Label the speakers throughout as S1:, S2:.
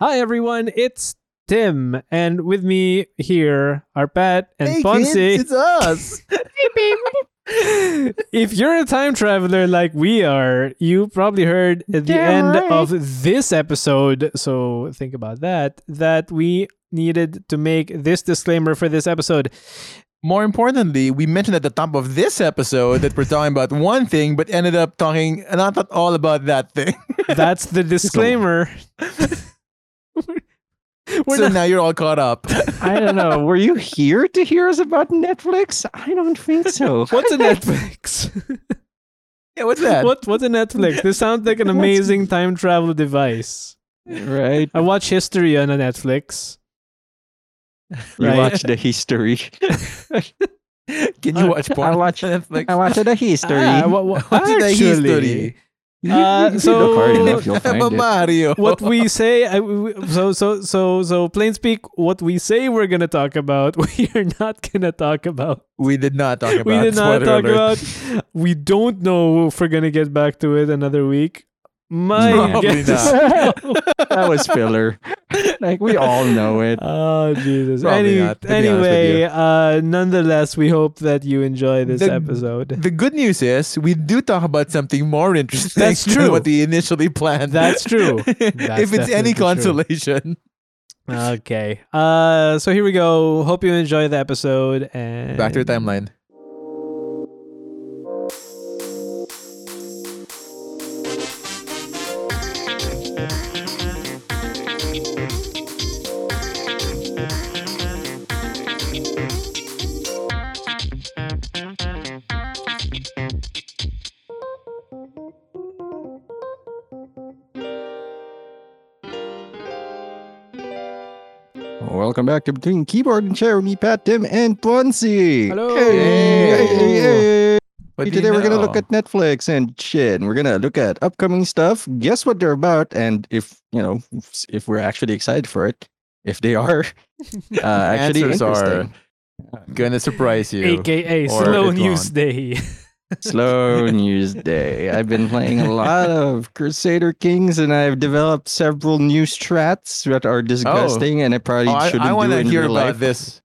S1: Hi, everyone. It's Tim, and with me here are Pat and
S2: Hey,
S1: Ponce.
S2: kids, it's us.
S1: if you're a time traveler like we are, you probably heard at the
S3: Damn
S1: end
S3: right.
S1: of this episode, so think about that, that we needed to make this disclaimer for this episode.
S2: More importantly, we mentioned at the top of this episode that we're talking about one thing, but ended up talking not at all about that thing.
S1: That's the disclaimer. We're
S2: so
S1: not-
S2: now you're all caught up.
S3: I don't know. Were you here to hear us about Netflix? I don't think so.
S1: What's a Netflix?
S2: yeah, what's that?
S1: what what's a Netflix? This sounds like an
S3: What's-
S1: amazing time travel device.
S3: right.
S1: I watch history on a Netflix.
S3: You
S1: Right.
S3: watch the history.
S2: Can you watch porn?
S3: I watch
S2: on Netflix?
S3: I watch the history.
S1: Ah, wha- wha-
S2: What's the
S1: actually,
S2: history?
S1: uh, so-
S3: look hard enough, you'll find
S2: About
S3: it.
S2: Mario.
S1: what we say I, we- so so so so plain speak what we say we're gonna talk about we are not gonna talk about
S2: we did not talk about.
S1: we did not
S2: Spoiler
S1: talk
S2: alert.
S1: about we don't know if we're gonna get back to it another week my
S3: Probably
S1: guess is no.
S3: that was filler. Like we all know it.
S1: oh jesus
S2: Probably
S1: Any-
S2: not, to be honest with
S1: anyway
S2: you.
S1: uh nonetheless we hope that you enjoy this
S2: The-
S1: episode
S2: The good news is we do talk about something more interesting
S1: That's
S2: than
S1: true.
S2: what we initially planned.
S1: that's true That's
S2: if it's any
S1: definitely true.
S2: consolation.
S1: okay uh so here we go hope you enjoy the episode and
S2: Back to the timeline.
S3: Welcome back to Between Keyboard and Chair with me, Pat, Tim, and Ponce.
S1: Hello.
S3: Hey, hey, hey, hey.
S2: What do you
S3: Today we're gonna
S2: know?
S3: look at Netflix and shit, and we're gonna look at upcoming stuff. Guess what they're about, and if you know if- if we're actually excited for it, if they are uh, actually
S2: Answers are-
S3: interesting.
S2: Gonna surprise you.
S1: AKA
S2: Or
S1: Slow
S2: it
S1: News
S2: won't.
S1: Day.
S3: Slow news day. I've been playing a lot of Crusader Kings, and I've developed several new strats that are disgusting, and I probably
S2: Oh, I,
S3: shouldn't
S2: want
S3: do
S2: to
S3: in
S2: hear
S3: real
S2: about
S3: life.
S2: this.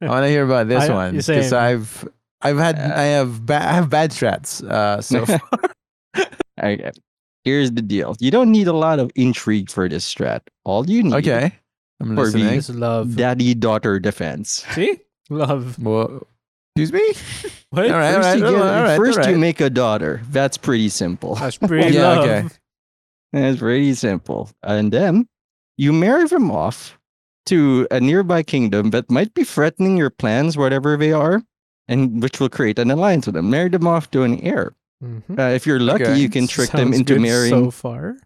S2: I want to hear about this
S1: I-
S2: one
S1: you say
S2: because
S1: it.
S2: I've I've had I have ba- I have bad strats. Uh, so
S3: Okay. Here's the deal. You don't need a lot of intrigue for this strat. All you need
S2: okay, I'm
S3: For me.
S2: listening.
S1: It's love.
S3: daddy daughter defense.
S1: See? Love.
S2: Well, excuse me.
S1: What?
S2: All right, all
S3: First,
S2: right,
S3: you,
S2: all
S3: get-
S2: right,
S3: first
S2: all
S3: you
S2: right.
S3: make a daughter. That's pretty simple.
S1: That's pretty
S2: Yeah,
S1: love.
S2: okay.
S3: That's pretty simple. And then you marry them off to a nearby kingdom that might be threatening your plans, whatever they are, and which will create an alliance with them. Marry them off to an heir.
S1: Mhm.
S3: Uh, if you're lucky,
S2: Okay.
S3: you can trick them
S1: Sounds
S3: into
S1: good
S3: marrying
S1: So far.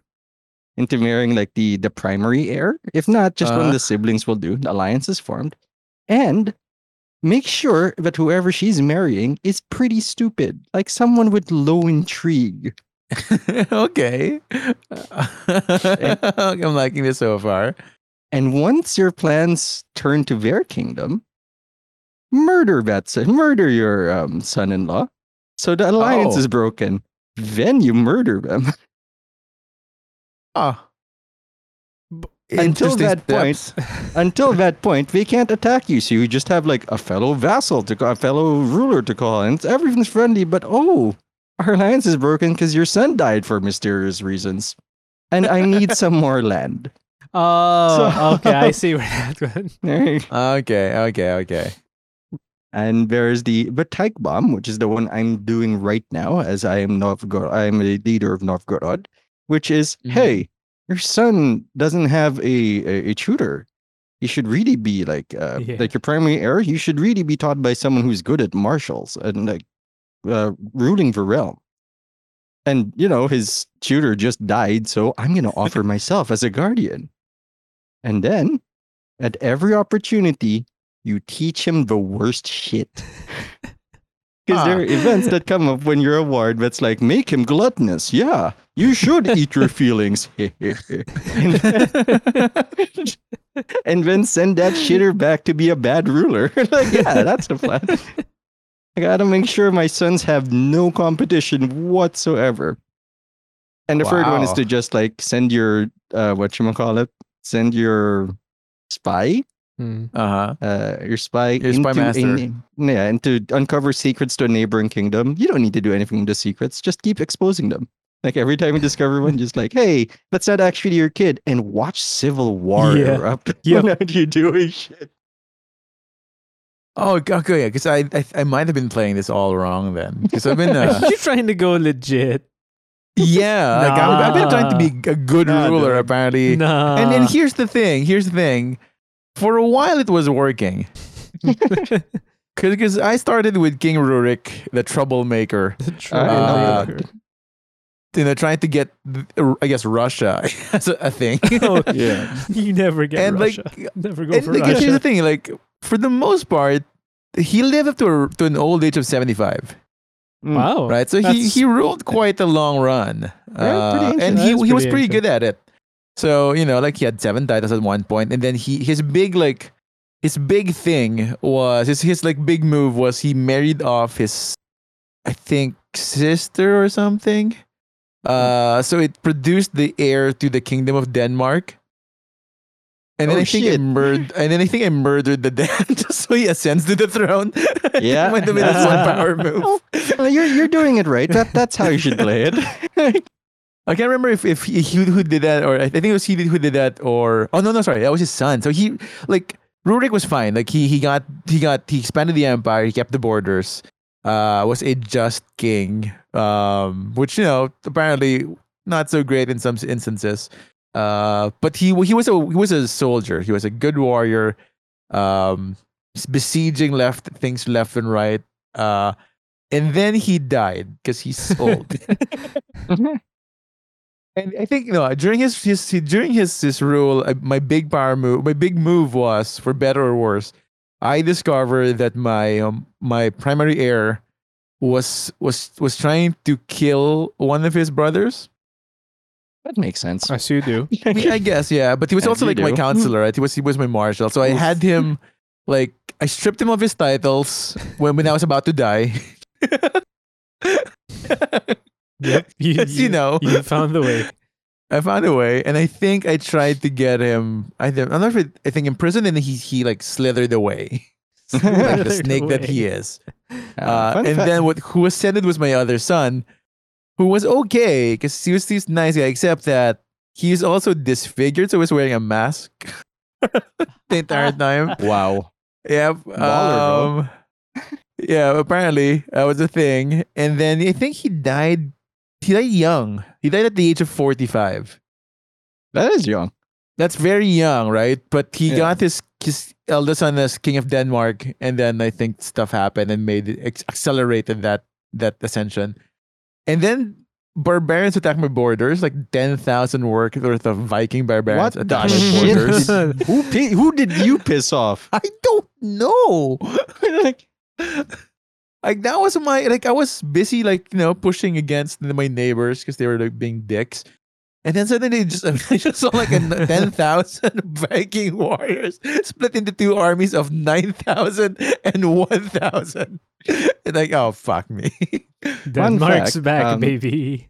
S3: into marrying like the the primary heir. If not, just one
S2: Uh-huh.
S3: of the siblings will do. The alliance is formed, and make sure that whoever she's marrying is pretty stupid, like someone with low intrigue.
S2: okay. I'm liking this so far.
S3: And once your plans turn to their kingdom, murder that son, murder your um, son-in-law. So the alliance
S2: Oh.
S3: is broken. Then you murder them.
S2: Ah.
S1: B-
S3: Until
S2: Interesting
S3: that point,
S2: steps.
S3: Until that point, they can't attack you, so you just have like a fellow vassal to call, a fellow ruler to call, and everything's friendly. But oh, our alliance is broken because your son died for mysterious reasons, and I need some more land.
S1: Oh,
S3: So-
S1: okay. I see where that went.
S2: Okay, okay, okay.
S3: And there's the the Teig bomb, which is the one I'm doing right now, as I am Novgorod. I am the leader of Novgorod, which is
S2: Mhm.
S3: hey, your son doesn't have a a, a tutor. He should really be like uh,
S1: Yeah.
S3: like your primary heir. You should really be taught by someone who's good at martials and like uh, ruling the realm. And you know his tutor just died, so I'm going to offer myself as a guardian. And then, at every opportunity, you teach him the worst shit. Because there are events that come up when you're a ward that's like, make him gluttonous. Yeah, you should eat your feelings. and, and then send that shitter back to be a bad ruler. like, yeah, that's the plan. I gotta make sure my sons have no competition whatsoever. And the third one is
S2: Wow.
S3: to just like send your uh, what you call it send your spy,
S1: Hmm.
S2: Uh huh.
S3: uh, your spy,
S2: Your spy master.
S3: in- yeah, and to uncover secrets to a neighboring kingdom. You don't need to do anything to secrets. Just keep exposing them. Like every time you discover one, just like, hey, that's not actually your kid, and watch Civil War
S1: Yeah.
S3: erupt.
S1: Yep.
S3: What are you doing? Shit.
S2: Oh, g- okay. Yeah, because I, I I might have been playing this all wrong then. Because I've been uh,
S1: Are you trying to go legit?
S2: yeah, like I'm, I've been trying to be a good
S3: Nah,
S2: ruler
S3: dude.
S2: apparently.
S1: Nah.
S2: And then here's the thing. Here's the thing. For a while, it was working. Because I started with King Rurik, the troublemaker, Uh,
S1: Troublemaker.
S2: you know, trying to get, uh, I guess, Russia as a, a thing.
S1: Oh,
S3: Yeah.
S1: you never get
S2: and
S1: Russia.
S2: like,
S1: never go
S2: and
S1: for
S2: like,
S1: Russia.
S2: here's the thing. Like, for the most part, he lived up to, a, to an old age of 75,
S3: Mm.
S1: wow.
S2: right? So he,
S1: Oh, that's-
S2: he ruled quite a long run. Uh,
S3: Yeah, pretty ancient.
S2: and
S1: That
S2: he,
S1: is
S2: he was
S1: pretty
S2: pretty
S1: ancient.
S2: good at it. So, you know, like he had seven titles at one point, and then he his big like his big thing was his his like big move was he married off his I think sister or something. Uh so it produced the heir to the kingdom of Denmark. And then
S3: Oh,
S2: I think it
S3: shit.
S2: murdered and then I think I murdered the dad so he ascends to the throne.
S3: Yeah.
S2: Might have been his one power move.
S3: Well, you're you're doing it right. That that's how you should play it.
S2: I can't remember if, if he, he who did that or I think it was he did- who did that or oh no no sorry that was his son so he like Rurik was fine like he he got he got he expanded the empire he kept the borders uh was a just king um which you know apparently not so great in some instances uh but he he was a he was a soldier he was a good warrior um besieging left things left and right uh and then he died because he's old and I think you know during his his he- during his his rule, uh, my big power move, my big move was for better or worse, I discovered that my um, my primary heir was was was trying to kill one of his brothers.
S3: That makes sense.
S1: As you do.
S2: I, mean, I guess yeah, but he was
S3: As
S2: also
S3: you
S2: like my
S3: do.
S2: counselor, right? He was he was my marshal, so I
S3: Oof.
S2: had him like I stripped him of his titles when when I was about to die.
S1: Yep. You,
S2: Yes, you know.
S1: You found the way.
S2: I found a way, and I think I tried to get him. I don't, I'm not sure. I think imprisoned, and he he like slithered away, like the
S1: Slithered
S2: snake that
S1: away.
S2: he is.
S3: Uh,
S2: Uh,
S3: fun
S2: and
S3: fact-
S2: then what? Who ascended was my other son, who was okay because he was this nice guy, except that he's also disfigured, so he was wearing a mask the entire time.
S3: wow.
S2: Yep.
S3: bro.
S2: Um, yeah. Apparently, that was a thing. And then I think he died. He died young. He died at the age of forty-five.
S3: That is young.
S2: That's very young, right? But he
S3: Yeah.
S2: got his his eldest son as king of Denmark, and then I think stuff happened and made it ex- accelerated that that ascension. And then barbarians attacked my borders, like ten thousand work worth of Viking barbarians
S3: What
S2: attacked
S3: the
S2: my
S3: shit?
S2: borders.
S3: Who pi- who did you piss off?
S2: I don't know. like, like that was my like I was busy like you know pushing against my neighbors because they were like being dicks, and then suddenly just I just saw like a ten thousand Viking warriors split into two armies of nine thousand and one thousand. And like oh fuck me,
S3: Fun
S1: Denmark's
S3: fact,
S1: back,
S3: um,
S1: baby.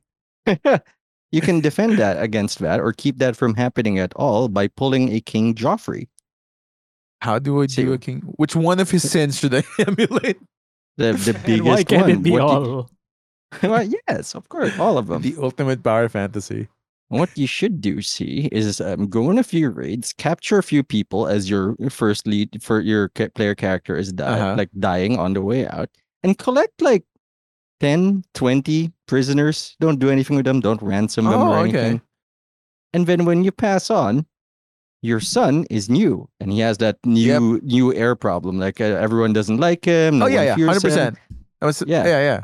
S3: You can defend that against that, or keep that from happening at all by pulling a King Joffrey.
S2: how do I do
S3: See-
S2: a king? Which one of his sins should I emulate?
S3: The the biggest
S1: and why can't
S3: one.
S1: it be
S3: What you-
S1: all?
S3: Well, yes, of course, all of them.
S2: The ultimate power fantasy.
S3: What you should do, see, is um, go on a few raids, capture a few people as your first lead for your ca- player character is di-
S2: Uh-huh.
S3: like dying on the way out, and collect like 10, 20 prisoners. Don't do anything with them. Don't ransom them or
S2: Oh, okay.
S3: anything. And then when you pass on, your son is new, and he has that
S2: Yep.
S3: new new air problem. Like uh, everyone doesn't like him. No
S2: oh yeah,
S3: one
S2: yeah,
S3: fears
S2: hundred
S3: him
S2: percent. I was
S3: Yeah.
S2: yeah, yeah. yeah.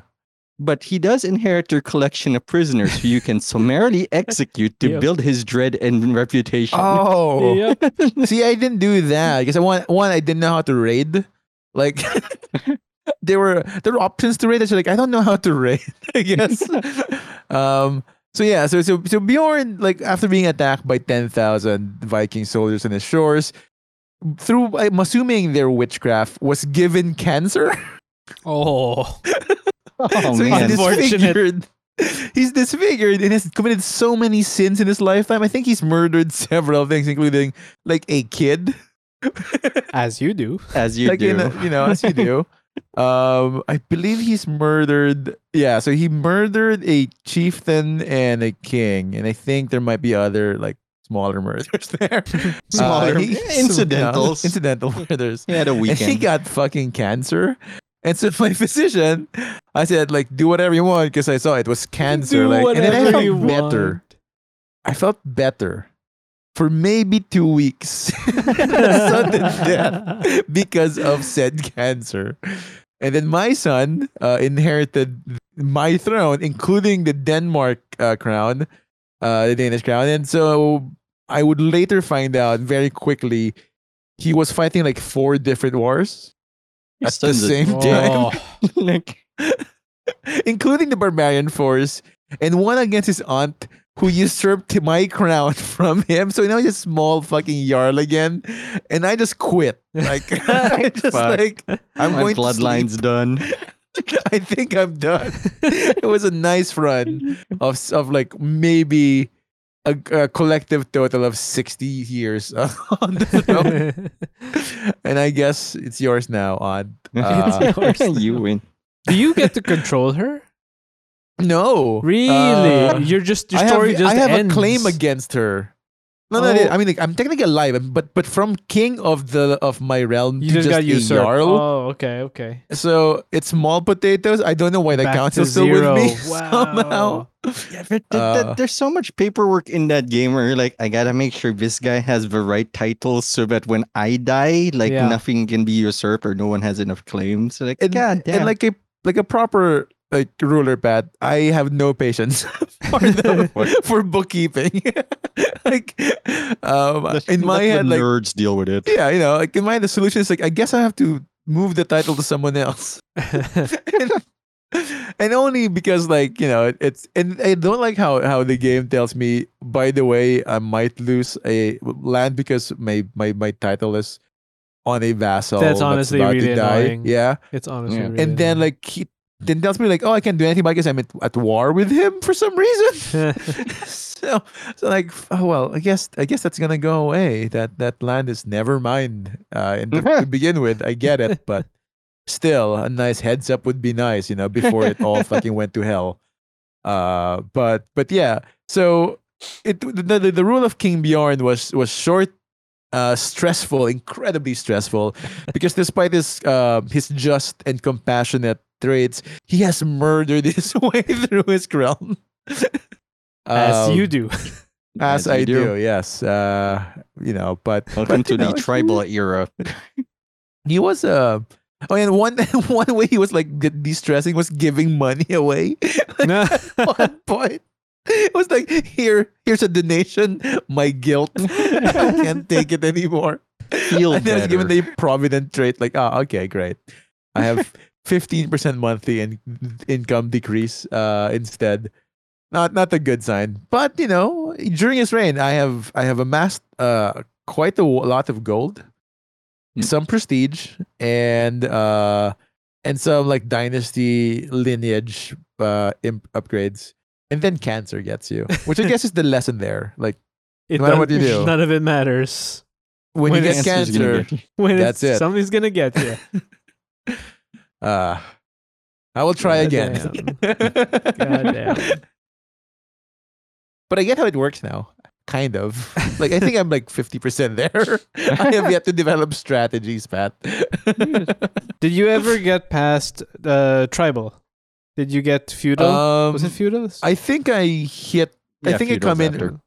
S3: but he does inherit your collection of prisoners who you can summarily execute to
S1: Yep.
S3: build his dread and reputation.
S2: Oh,
S1: Yep.
S2: See, I didn't do that because I one one I didn't know how to raid. Like there were there were options to raid. I was like, I don't know how to raid. I guess. um. So yeah. So so so Bjorn like after being attacked by ten thousand Viking soldiers on his shores. Through, I'm assuming their witchcraft was given cancer,
S1: Oh,
S3: Oh,
S2: so he's
S1: man. Unfortunate.
S2: disfigured. he's disfigured and has committed so many sins in his lifetime. I think he's murdered several things, including like a kid.
S1: As you do.
S3: as you
S2: like
S3: do.
S2: in a- you know, as you do. Um, I believe he's murdered. Yeah, so he murdered a chieftain and a king, and I think there might be other like smaller murders there. Uh,
S3: Smaller
S2: he-
S3: yeah, Uh, incidentals.
S2: yeah, incidental murders.
S3: he had a
S2: And he
S3: weekend.
S2: got fucking cancer. And so my physician, I said like, do whatever you want because I saw it was cancer.
S1: Do
S2: like, and then I
S1: whatever
S2: felt
S1: you
S2: better.
S1: want.
S2: I felt better for maybe two weeks. Sudden death because of said cancer. And then my son uh, inherited my throne, including the Denmark uh, crown, uh, the Danish crown. And so I would later find out very quickly he was fighting like four different wars at the
S3: Sons of
S2: same time,
S1: Oh,
S3: Nick.
S2: including the barbarian force and one against his aunt who usurped my crown from him. So now he's a small fucking jarl again. And I just quit. Like, I just
S3: Fuck.
S2: like, I'm
S3: My
S2: going to sleep.
S3: bloodline's done.
S2: I think I'm done. it was a nice run of s- of like maybe a, a collective total of sixty years on the throne. and I guess it's yours now, Odd. Uh,
S3: you win.
S1: do you get to control her?
S2: no,
S1: Really?
S2: Uh,
S1: You're just your
S2: I
S1: story
S2: have,
S1: just
S2: I have
S1: ends.
S2: a claim against her. No, no,
S1: Oh.
S2: I mean, like, I'm technically alive, but but from king of the of my realm
S1: You
S2: to
S1: just, got
S2: a
S1: usurped.
S2: jarl.
S1: Oh, okay, okay.
S2: So it's small potatoes. I don't know why the
S1: Back
S2: council
S1: to
S2: still with me
S1: zero. Wow.
S2: somehow.
S3: Yeah, but th- th-
S2: Uh,
S3: there's so much paperwork in that game where you're like, I gotta make sure this guy has the right titles so that when I die, like
S1: Yeah.
S3: nothing can be usurped or no one has enough claims. So, like,
S2: and,
S3: God damn.
S2: and like a like a proper like ruler pad, I have no patience for them, for bookkeeping. like um
S3: Let-
S2: in my
S3: let
S2: head,
S3: the
S2: like
S3: nerds deal with it.
S2: yeah, you know, like in my head, the solution is like I guess I have to move the title to someone else. and, and only because like you know it, it's and I don't like how how the game tells me by the way I might lose a land because my my my title is on a vassal
S1: honestly
S2: about to
S1: really
S2: die.
S1: annoying.
S2: yeah
S1: it's honestly
S3: Yeah.
S1: really
S2: and then like he then tells me like oh I can't do anything about it because I'm at, at war with him for some reason so so like f- oh well I guess I guess that's gonna go away that that land is never mine uh and to, to begin with I get it but still a nice heads up would be nice you know before it all fucking went to hell uh but but yeah so it the the, the rule of King Bjorn was was short uh, stressful, incredibly stressful, because despite his uh, his just and compassionate traits, he has murdered his way through his realm.
S1: as
S2: Um,
S1: you do.
S2: as,
S3: you
S2: I do. yes. Uh, you know, but
S3: Welcome
S2: but, you
S3: to the
S2: know,
S3: tribal era.
S2: He was Uh, Oh, and one one way he was like de- de-stressing was giving money away.
S1: No.
S2: one point. It was like, here, here's a donation. My guilt, I can't take it anymore.
S3: Feel
S2: and then it's given
S3: better.
S2: the provident trait, like, ah, okay, great. I have fifteen percent monthly in- income decrease uh, instead. Not not a good sign, but you know, during his reign, I have I have amassed uh, quite a w- lot of gold,
S3: Hmm.
S2: some prestige, and uh, and some like dynasty lineage uh, imp- upgrades. And then cancer gets you, which I guess is the lesson there. Like
S1: It does-
S2: matter what you do.
S1: None of it matters.
S2: when,
S1: When
S2: you get
S3: Answer's gonna
S2: cancer,
S3: be-
S1: When
S2: That's
S1: it's,
S2: it.
S1: Somebody's gonna get you.
S2: Uh, I will try again.
S1: Goddamn.
S2: but
S1: Goddamn.
S2: I get how it works now. Kind of. Like I think I'm like 50% there. I have yet to develop strategies, Pat.
S1: Did you ever get past uh, tribal? Did you get feudal?
S2: um,
S1: was it feudal?
S2: I think I hit I
S3: Yeah,
S2: think I
S3: feudal's
S2: come in
S3: after.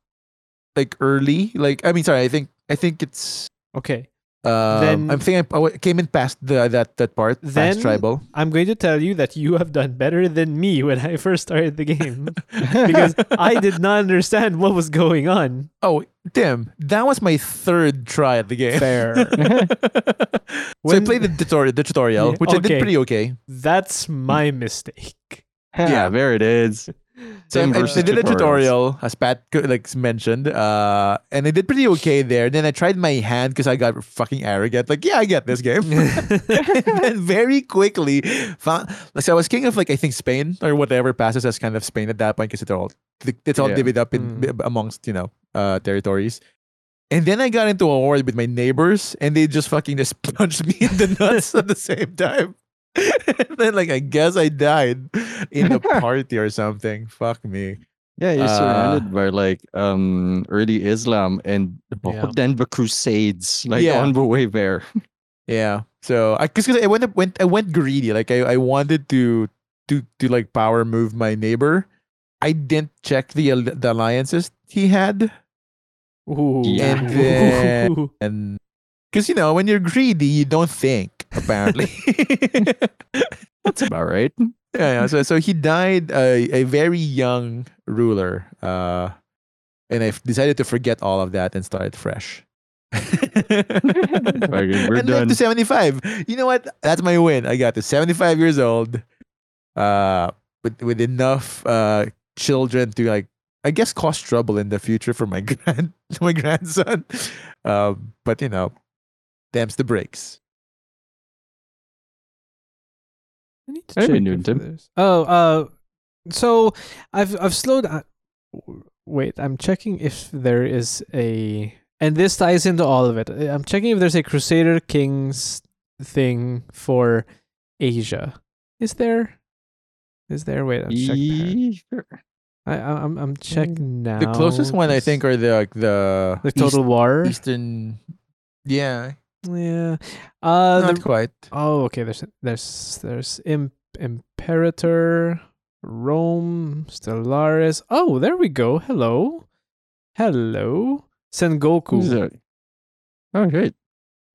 S2: like early. Like I mean sorry, I think I think it's
S1: okay.
S2: um,
S1: Then-
S2: I'm thinking I w- came in past the, that that part,
S1: Then-
S2: past tribal.
S1: I'm going to tell you that you have done better than me when I first started the game because I did not understand what was going on.
S2: Oh, damn! That was my third try at the game.
S1: Fair.
S2: so I
S1: When-
S2: played the tutorial, the tutorial
S1: Yeah,
S2: which I
S1: okay.
S2: did pretty okay.
S1: That's my mistake.
S3: yeah, there it is.
S2: So
S3: Same
S2: I- I-
S3: versus
S2: they did a
S3: tutorials.
S2: tutorial, as Pat co- like mentioned, uh, and I did pretty okay there. Then I tried my hand because I got fucking arrogant. Like, yeah, I get this game. and then very quickly, found, so I was king of like I think Spain or whatever passes as kind of Spain at that point because it's all it's all
S3: Yeah.
S2: divvied up in
S1: Mm.
S2: amongst you know uh, territories. And then I got into a war with my neighbors, and they just fucking just punched me in the nuts at the same time. and then, like, I guess I died in the party or something. Fuck me.
S3: Yeah, you're
S2: Uh,
S3: surrounded by like um early Islam and the
S1: Yeah.
S3: Denver Crusades, like
S2: Yeah.
S3: on the way there.
S2: Yeah. So I because I went went I went greedy. Like I, I wanted to to to like power move my neighbor. I didn't check the al- the alliances he had,
S1: Ooh.
S3: Yeah.
S2: And then- and because you know when you're greedy, you don't think. Apparently.
S3: That's about right.
S2: yeah, yeah. So so he died uh, a, a very young ruler, uh, and I decided to forget all of that and started fresh.
S3: Very good. We're
S2: and lived
S3: done.
S2: to seventy five. You know what? That's my win. I got to seventy five years old, uh, with with enough uh children to like, I guess, cause trouble in the future for my grand my grandson. Um, but you know, damns the brakes.
S1: I need to
S3: That'd be
S1: check
S3: new,
S1: if
S3: Tim.
S1: there's- Oh, uh, so I've I've slowed. Uh, w- wait, I'm checking if there is a, and this ties into all of it. Uh, I'm checking if there's a Crusader Kings thing for Asia. Is there? Is there? Wait, I'm checking. I, I- I'm I'm checking now.
S2: mm, The closest one I
S1: 'cause
S2: think are the the
S1: the
S2: East-
S1: Total War.
S2: Eastern. Yeah,
S1: Yeah. Uh, the-
S2: not quite.
S1: Oh, okay. There's there's there's Im- Imperator, Rome, Stellaris. Oh, there we go. Hello, hello. Sengoku
S3: Oh, great.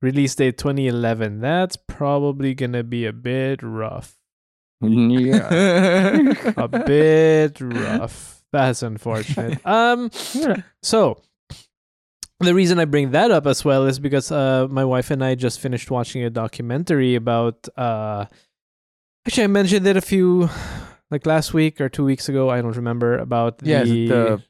S1: release date 2011. That's probably gonna be a bit rough.
S3: Yeah.
S1: A bit rough. That's unfortunate. Um, so. The reason I bring that up as well is because uh, my wife and I just finished watching a documentary about uh, Actually, I mentioned it a few, like last week or two weeks ago. I don't remember about
S2: Yeah, is
S1: the,
S2: it the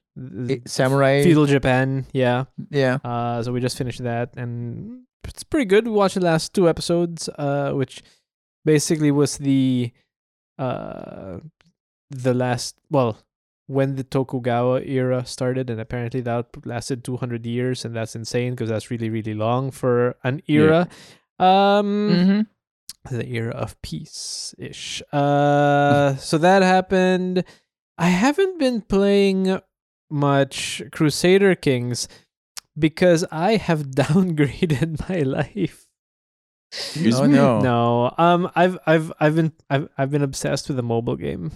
S1: the
S2: Eh, samurai.
S1: feudal Japan. Yeah.
S2: Yeah,
S1: Uh, so we just finished that, and it's pretty good. We watched the last two episodes, uh, which basically was the uh, the last well when the Tokugawa era started, and apparently that lasted two hundred years, and that's insane because that's really really long for an era. Um
S2: Mm-hmm.
S1: the era of peace ish. Uh, so that happened. I haven't been playing much Crusader Kings because I have downgraded my life.
S3: Excuse
S2: Oh
S3: me?
S2: no.
S1: No, um, I've I've I've been I've I've been obsessed with a mobile game.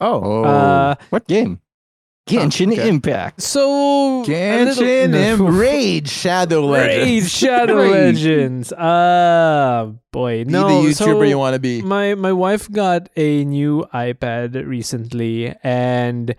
S2: Oh,
S3: Oh,
S1: Uh,
S3: what game? Genshin
S2: okay.
S3: Impact.
S1: So a little-
S2: Genshin
S1: No.
S2: Rage Shadow
S1: Raid
S2: Legends.
S1: Shadow
S3: Raid.
S1: Legends. Ah, boy, no.
S2: Be the YouTuber
S1: so-
S2: you want to be.
S1: my my wife got a new iPad recently and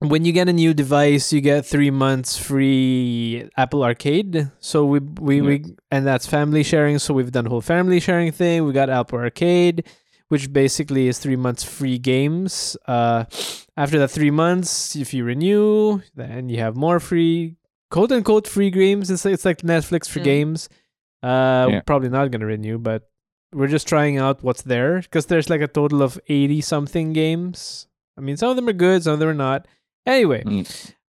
S1: when you get a new device you get 3 months free Apple Arcade so we we, we and that's family sharing so we've done whole family sharing thing we got Apple Arcade which basically is 3 months free games uh after that 3 months if you renew then you have more free quote unquote free games it's like, it's like Netflix for
S4: Mm.
S1: games uh
S3: Yeah.
S1: probably not going to renew but we're just trying out what's there because there's like a total of 80 something games. I mean, some of them are good, some of them are not. Anyway,
S3: Mm.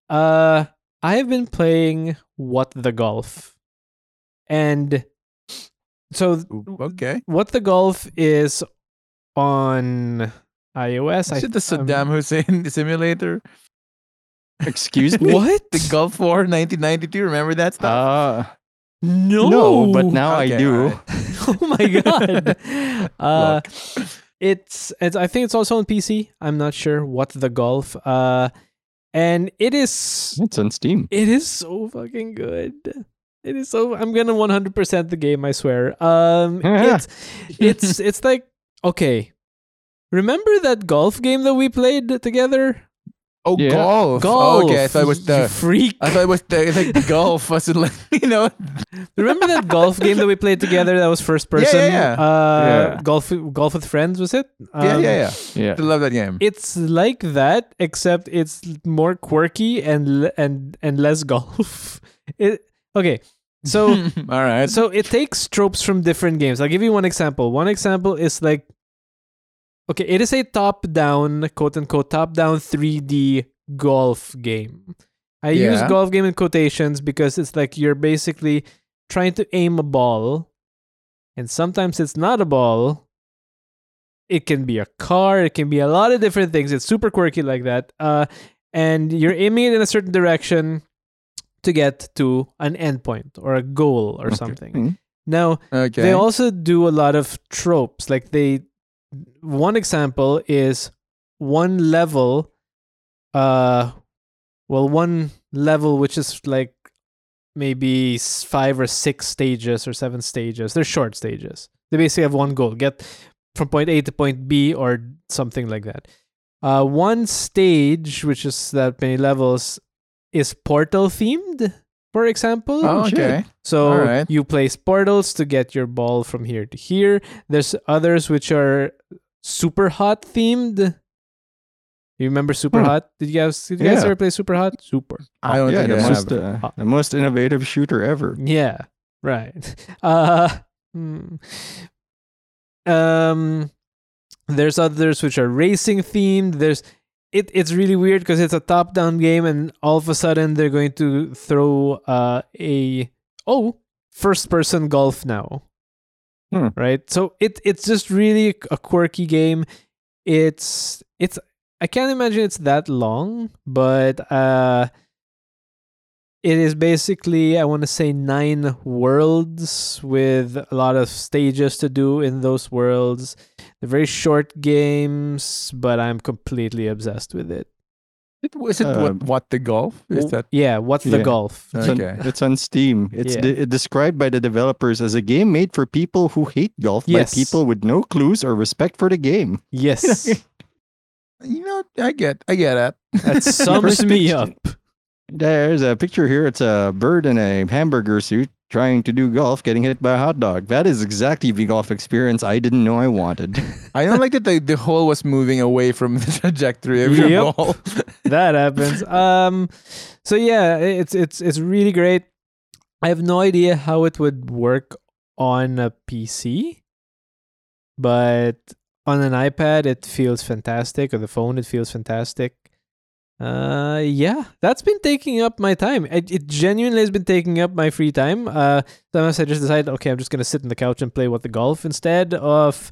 S1: uh, I have been playing What the Golf. And so, th-
S2: Ooh, Okay.
S1: What the Golf is on iOS. um,
S2: Is it the
S1: I'm-
S2: Saddam Hussein simulator?
S3: Excuse me.
S1: What?
S2: The Gulf War 1992. Remember that stuff?
S3: Uh,
S1: no.
S3: no, but now I
S2: Okay,
S3: do.
S2: alright.
S1: oh my god. Uh, it's it's I think it's also on PC. I'm not sure what the golf. Uh, and it is
S3: It's on Steam.
S1: it is so fucking good. It is so I'm gonna 100% the game. I swear. Um, it's it's it's like okay. Remember that golf game that we played together?
S2: Oh,
S3: Yeah.
S2: golf.
S1: Golf.
S2: Oh, okay, I thought it was
S1: you
S2: the.
S1: freak.
S2: I thought it was the, it's like golf. I like, you know,
S1: Remember that golf game that we played together? That was first person.
S2: yeah, yeah.
S1: Uh,
S3: Yeah.
S1: Golf, golf with friends was it?
S2: yeah,
S1: Um,
S2: yeah, yeah.
S3: Yeah.
S2: I love that game.
S1: It's like that, except it's more quirky and le- and and less golf. It okay. So
S2: all right.
S1: so it takes tropes from different games. I'll give you one example. One example is like okay, it is a top-down, quote unquote, top-down 3D golf game. I use
S2: Yeah.
S1: golf game in quotations because it's like you're basically trying to aim a ball, and sometimes it's not a ball. It can be a car, it can be a lot of different things. It's super quirky like that. Uh, and you're aiming it in a certain direction to get to an endpoint or a goal or something.
S3: Mm.
S1: Now,
S2: Okay.
S1: they also do a lot of tropes. Like they, one example is one level, uh, well, one level which is like maybe s- five or six stages or seven stages. They're short stages. They basically have one goal: get from point A to point B or something like that. Uh, one stage, which is that many levels, is portal themed. For example,
S2: oh,
S3: shit.
S2: okay.
S1: so
S2: All right.
S1: you place portals to get your ball from here to here. There's others which are super hot themed. You remember super
S3: Hmm.
S1: hot? Did you guys did you guys
S3: Yeah.
S1: ever play super hot? Super.
S2: I don't
S3: yeah,
S2: think
S3: the
S2: I have.
S3: most, uh, the most innovative shooter ever.
S1: Yeah. Right. Uh hmm. um there's others which are racing themed. There's it it's really weird because it's a top-down game and all of a sudden they're going to throw uh a oh first person golf now.
S3: Hmm.
S1: Right? So it it's just really a quirky game. It's it's I can't imagine it's that long, but uh it is basically I want to say 9 worlds with a lot of stages to do in those worlds. They're very short games, but I'm completely obsessed with it.
S2: It, was it
S3: Um,
S2: what, what the golf? Is
S1: W-
S2: that
S1: Yeah, what's the
S3: Yeah.
S1: golf?
S2: Uh,
S3: It's on,
S2: Okay.
S3: it's on Steam. It's
S1: Yeah.
S3: de- described by the developers as a game made for people who hate golf
S1: Yes.
S3: by people with no clues or respect for the game.
S1: Yes.
S2: you know? I get. I get it.
S1: That sums me up.
S3: There's a picture here. It's a bird in a hamburger suit trying to do golf, getting hit by a hot dog. That is exactly the golf experience I didn't know I wanted.
S2: I don't like that the, the hole was moving away from the trajectory of your
S1: Yep.
S2: ball.
S1: that happens. Um, so yeah, it's it's it's really great. I have no idea how it would work on a PC, but on an iPad it feels fantastic, or the phone it feels fantastic. Uh, yeah, that's been taking up my time. It, it genuinely has been taking up my free time. Uh, sometimes I just decide, okay, I'm just gonna sit on the couch and play what the golf instead of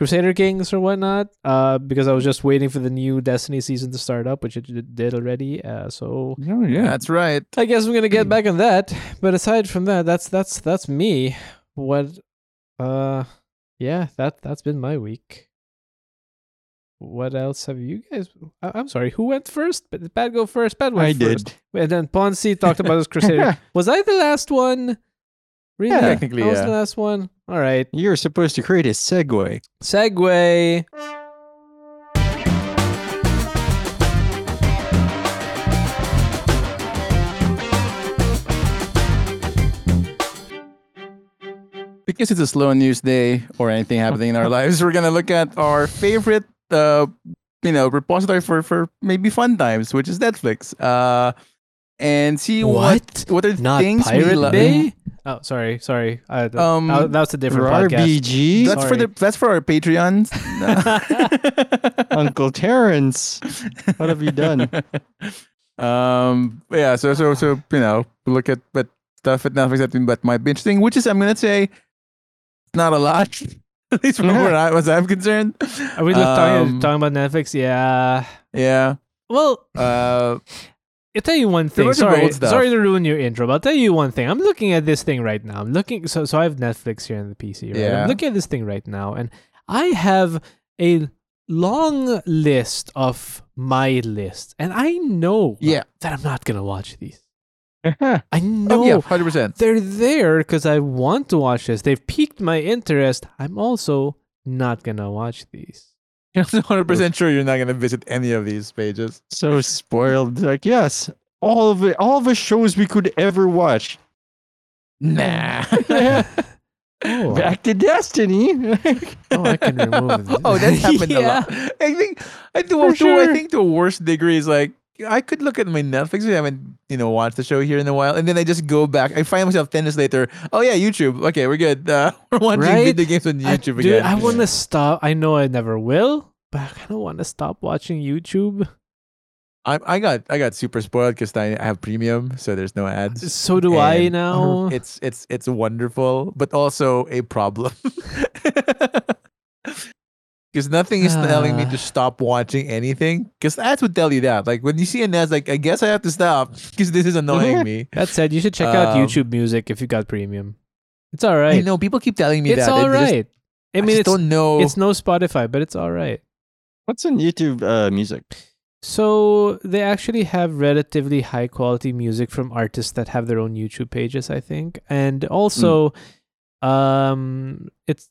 S1: Crusader Kings or whatnot, uh, because I was just waiting for the new Destiny season to start up, which it d- did already. Uh, so
S2: Oh yeah, that's right.
S1: I guess I'm gonna get back on that. But aside from that, that's that's that's me. What? Uh, yeah that that's been my week. What else have you guys? I, I'm sorry, who went first? But Pat go first. Pat went
S3: I
S1: first.
S3: did.
S1: And then Ponzi talked about his Crusader. Was I the last one? Really?
S3: Yeah,
S2: technically,
S1: I was
S2: yeah.
S1: the last one. All right.
S3: You're supposed to create a segue.
S1: Segway.
S2: Because it's a slow news day or anything happening in our lives, we're gonna look at our favorite, uh, you know, repository for for maybe fun times, which is Netflix. Uh, and see what
S1: What?
S2: what, are the
S1: Not
S2: things we
S1: Pirate
S2: love.
S1: Bay. Oh, sorry, sorry. I, th-
S2: Um,
S1: oh, that was a different podcast.
S3: RBG,
S2: That's for the that's for our Patreons.
S3: Uncle Terrence. What have you done?
S2: um yeah so so so you know look at but stuff at netflix that, that might be interesting which is i'm gonna say not a lot at least from where i was i'm concerned
S1: Are we just talking,
S2: Um,
S1: talking about Netflix? Yeah.
S2: yeah
S1: Well,
S2: uh
S1: I'll tell you one thing.
S2: was a
S1: Sorry,
S2: road stuff.
S1: sorry to ruin your intro, but I'll tell you one thing. I'm looking at this thing right now. I'm looking. So, so I have Netflix here on the PC. Right?
S2: Yeah.
S1: I'm looking at this thing right now, and I have a long list of my list, and I know
S2: Yeah.
S1: that I'm not gonna watch these.
S3: yeah,
S1: I know.
S2: oh, yeah 100 percent
S1: they're there because I want to watch this. They've piqued my interest. I'm also not gonna watch these.
S2: You're also 100% sure you're not going to visit any of these pages.
S3: So spoiled. Like, yes, all of it, all the shows we could ever watch.
S2: Nah.
S1: Oh, I-
S3: Back to Destiny.
S1: oh, I can remove this.
S2: oh, that's happened
S1: Yeah.
S2: a lot. I think I do,
S3: For
S2: to, I
S3: sure.
S2: think to a worse degree is like I could look at my Netflix. I haven't you know watched the show here in a while, and then I just go back. I find myself ten minutes later. Oh yeah, YouTube. Okay, we're good. Uh, we're watching
S1: Right?
S2: video games on
S1: I,
S2: YouTube
S1: dude,
S2: again.
S1: I want to stop. I know I never will, but I kind of want to stop watching YouTube.
S2: I, I got I got super spoiled because I have premium, so there's no ads.
S1: So do I
S2: And
S1: now.
S2: It's it's it's wonderful, but also a problem. Because nothing is telling me
S1: Ah.
S2: to stop watching anything. Because ads would tell you that. Like when you see an ad, like I guess I have to stop because this is annoying me.
S1: That said, you should check out
S2: Um,
S1: YouTube Music if you got premium. It's all
S2: I
S1: right.
S2: know people keep telling me
S1: it's
S2: that.
S1: all
S2: I just-
S1: right. I mean,
S2: just
S1: it's
S2: don't know.
S1: it's no Spotify, but it's all right.
S3: What's on YouTube uh, music?
S1: So they actually have relatively high quality music from artists that have their own YouTube pages, I think, and also, um, it's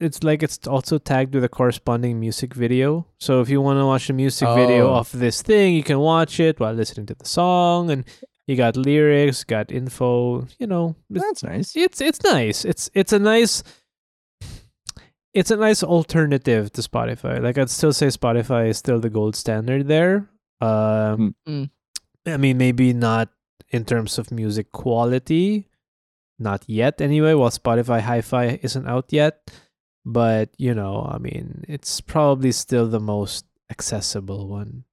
S1: it's like it's also tagged with a corresponding music video. So if you want to watch a music video
S2: Oh.
S1: of this thing, you can watch it while listening to the song, and you got lyrics, got info. You know, it's
S3: That's nice.
S1: it's it's nice. It's it's a nice it's a nice alternative to Spotify. Like I'd still say Spotify is still the gold standard there. Um,
S2: Mm.
S1: I mean, maybe not in terms of music quality, not yet anyway. While Spotify Hi-Fi isn't out yet, but you know, I mean, it's probably still the most accessible one.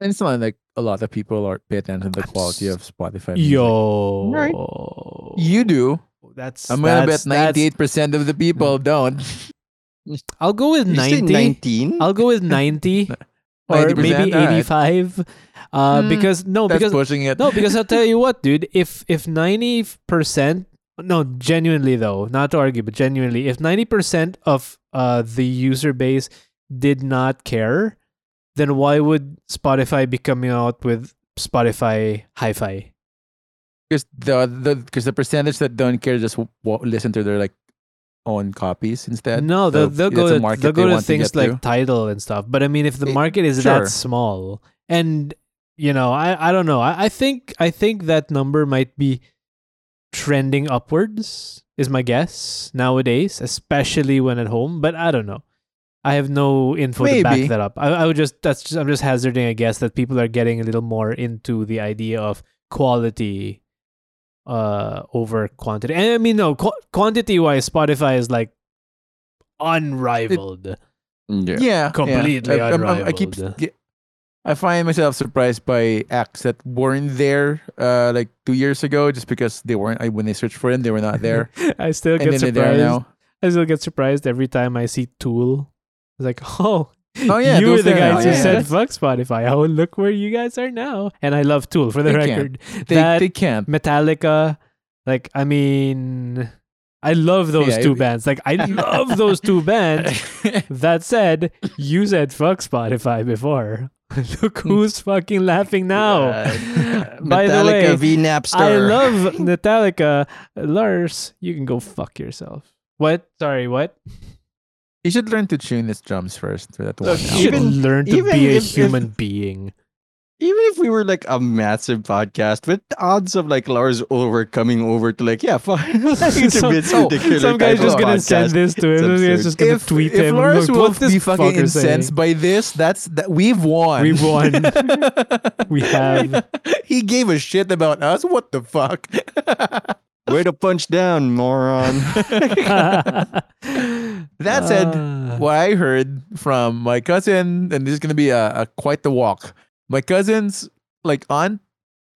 S2: and it's not like a lot of people are pay attention to the
S1: I'm
S2: quality
S1: s-
S2: of Spotify. music.
S1: Yo,
S3: Right.
S2: you do.
S1: That's
S2: I'm gonna
S1: that's-
S2: bet
S1: that's-
S2: 98 percent of the people don't.
S1: I'll go with
S3: You say
S1: 90
S3: 19?
S1: I'll go with 90 or
S2: 90%?
S1: maybe
S2: All right.
S1: 85 uh
S2: Mm,
S1: because no
S2: That's
S1: because
S2: pushing it.
S1: no because I'll tell you what dude if if 90% no genuinely though not to argue but genuinely if 90% of uh the user base did not care then why would Spotify be coming out with Spotify Hi-Fi
S2: because the the because the percentage that don't care just w- w- listen to their like own copies instead.
S1: no
S2: So
S1: they'll, they'll
S2: it's
S1: go
S2: a
S1: to,
S2: market
S1: they'll
S2: they
S1: go to
S2: want
S1: things
S2: get
S1: like
S2: to.
S1: title and stuff but I mean if the
S2: It-
S1: market is
S2: sure.
S1: that small and you know I, I don't know I, I think I think that number might be trending upwards is my guess nowadays especially when at home but I don't know I have no info to
S2: Maybe.
S1: back that up I, I would just that's just I'm just hazarding a guess that people are getting a little more into the idea of quality uh over quantity and I mean no qu- quantity wise Spotify is like unrivaled
S3: Yeah.
S2: yeah,
S1: Completely
S2: yeah. I, I'm- I'm- I keep.
S1: unrivaled.
S2: ge- I find myself surprised by acts that weren't there uh, like two years ago, just because they weren't. I, when they searched for them, they were not there,
S1: I still
S2: and
S1: get
S2: then they're there
S1: surprised
S2: now.
S1: I still get surprised every time I see Tool it's like oh
S2: Oh yeah,
S1: you were
S2: those
S1: the
S2: there now,
S1: guys who
S2: yeah.
S1: said fuck Spotify. Oh, look where you guys are now. And I love Tool for the
S2: They can't.
S1: record.
S2: they,
S1: that
S2: they can't.
S1: Metallica, like I mean, I love those
S2: Yeah,
S1: two
S2: it-
S1: bands. Like I love those two bands. That said, you said fuck Spotify before. look who's fucking laughing now.
S3: Uh,
S1: By the
S3: Metallica
S1: way,
S3: v Napster.
S1: I love Metallica. Lars, you can go fuck yourself. What? Sorry, what?
S2: you should learn to tune his drums first for that one.
S3: Look,
S1: You
S2: album.
S1: should
S3: Even-
S1: learn to
S3: even
S1: be a
S3: if- if-
S1: human being.
S3: Even if we were like a massive podcast, with the odds of like Lars Ulrich coming over to like, yeah, fine. like, it's
S1: Some-
S3: a bit
S2: some
S3: ridiculous.
S1: Some guy's
S3: type of
S1: just gonna
S3: podcast.
S1: send this to him.
S3: It's
S1: Some guy's
S3: absurd.
S1: just gonna
S2: if,
S1: tweet
S2: if
S1: him.
S2: Lawrence
S1: Look,
S2: Wolf
S1: what's this
S2: be fucking
S1: fucker saying?
S2: incensed by this, that's that we've won.
S1: We've won. We have.
S2: he gave a shit about us. What the fuck?
S3: Way to punch down, moron.
S2: That said,
S1: Ah.
S2: what I heard from my cousin, and this is gonna be a, a quite the walk. My cousin's like aunt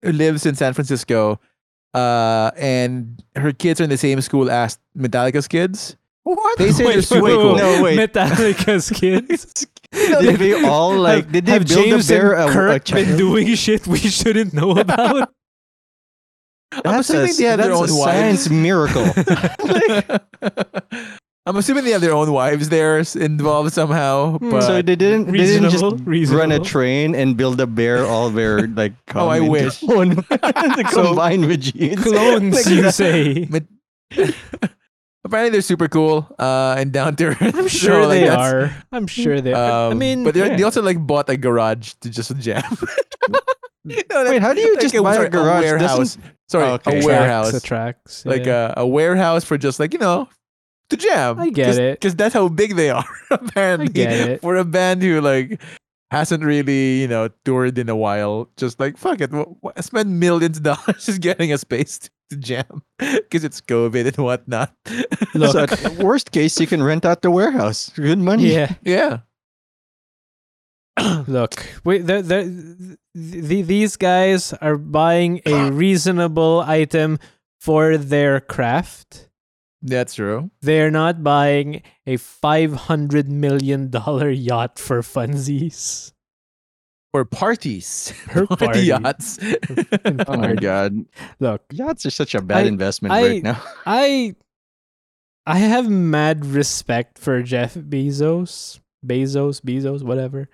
S2: who lives in San Francisco, uh, and her kids are in the same school as Metallica's kids.
S3: what?
S2: They say they're super
S1: wait,
S2: cool.
S3: No, wait.
S1: Metallica's kids.
S3: Did they all like? Did they
S1: have
S3: build
S1: James
S3: a bear
S1: and
S3: a,
S1: Kirk
S3: a
S1: been
S3: child?
S1: doing shit we shouldn't know about?
S2: I'm
S3: That's a,
S2: assuming they have
S3: that's
S2: their
S3: a
S2: own wives.
S3: science miracle.
S2: I'm assuming they have their own wives there s- involved somehow. But
S3: Hmm. so they didn't. They didn't just
S1: reasonable, reasonable.
S3: run a train and build a bear all their like.
S2: Oh, I
S3: common-
S2: wish.
S3: one combined with genes.
S1: Clones,
S3: Like
S1: you
S3: that.
S1: say?
S2: Met- apparently they're super cool uh, and down to earth.
S1: I'm
S2: So,
S1: sure
S2: like,
S1: they
S2: that's-
S1: are. I'm sure they are. I
S2: um,
S1: mean,
S2: but they they
S3: yeah.
S2: also like bought a garage to just jam.
S3: Wait, how do you just buy a garage?
S2: warehouse.
S3: Doesn't-
S2: Sorry,
S3: Oh, okay.
S2: a
S1: tracks
S2: warehouse.
S1: attracts.
S2: like
S1: yeah.
S2: a, a warehouse for just like you know to jam.
S1: I get it.
S2: because that's how big they are. apparently,
S1: get it.
S2: for a band who like hasn't really you know toured in a while, just like fuck it, wh- wh- spend millions of dollars just getting a space to, to jam because it's COVID and whatnot.
S1: Look.
S3: So at worst case, you can rent out the warehouse. Good money.
S1: uh, yeah.
S2: yeah,
S1: Look, we they're, they're, th- th- these guys are buying a reasonable item for their craft.
S2: that's true.
S1: They're not buying a five hundred million dollar yacht for funsies.
S2: Or parties,
S1: Per
S2: party
S1: party.
S2: yachts.
S3: Oh my god,
S1: Look,
S3: yachts are such a bad
S1: I-
S3: investment
S1: I-
S3: right now.
S1: I I have mad respect for Jeff Bezos, Bezos, Bezos, whatever.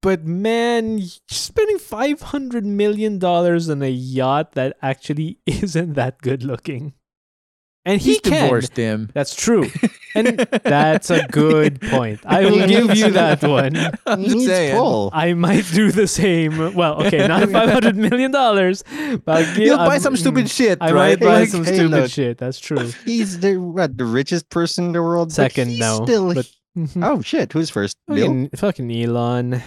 S1: But man, spending five hundred million dollars on a yacht that actually isn't that good looking, and he
S2: He's
S1: can.
S2: divorced him.
S1: That's true, and that's a good point. I will give you that one.
S2: I'm just
S3: Needs
S2: saying.
S3: pull.
S1: I might do the same. Well, okay, not five hundred million dollars, but I'll give,
S2: You'll buy
S1: I'm- mm,
S2: some stupid shit,
S1: I
S2: right?
S1: might buy
S2: Like-
S1: some
S3: hey,
S1: stupid
S3: look.
S1: shit. That's true.
S3: He's the what, the richest person in the world. but
S1: Second,
S3: he's
S1: no,
S3: Still,
S1: but-
S3: oh shit, who's first? Bill.
S1: Fucking, fucking Elon.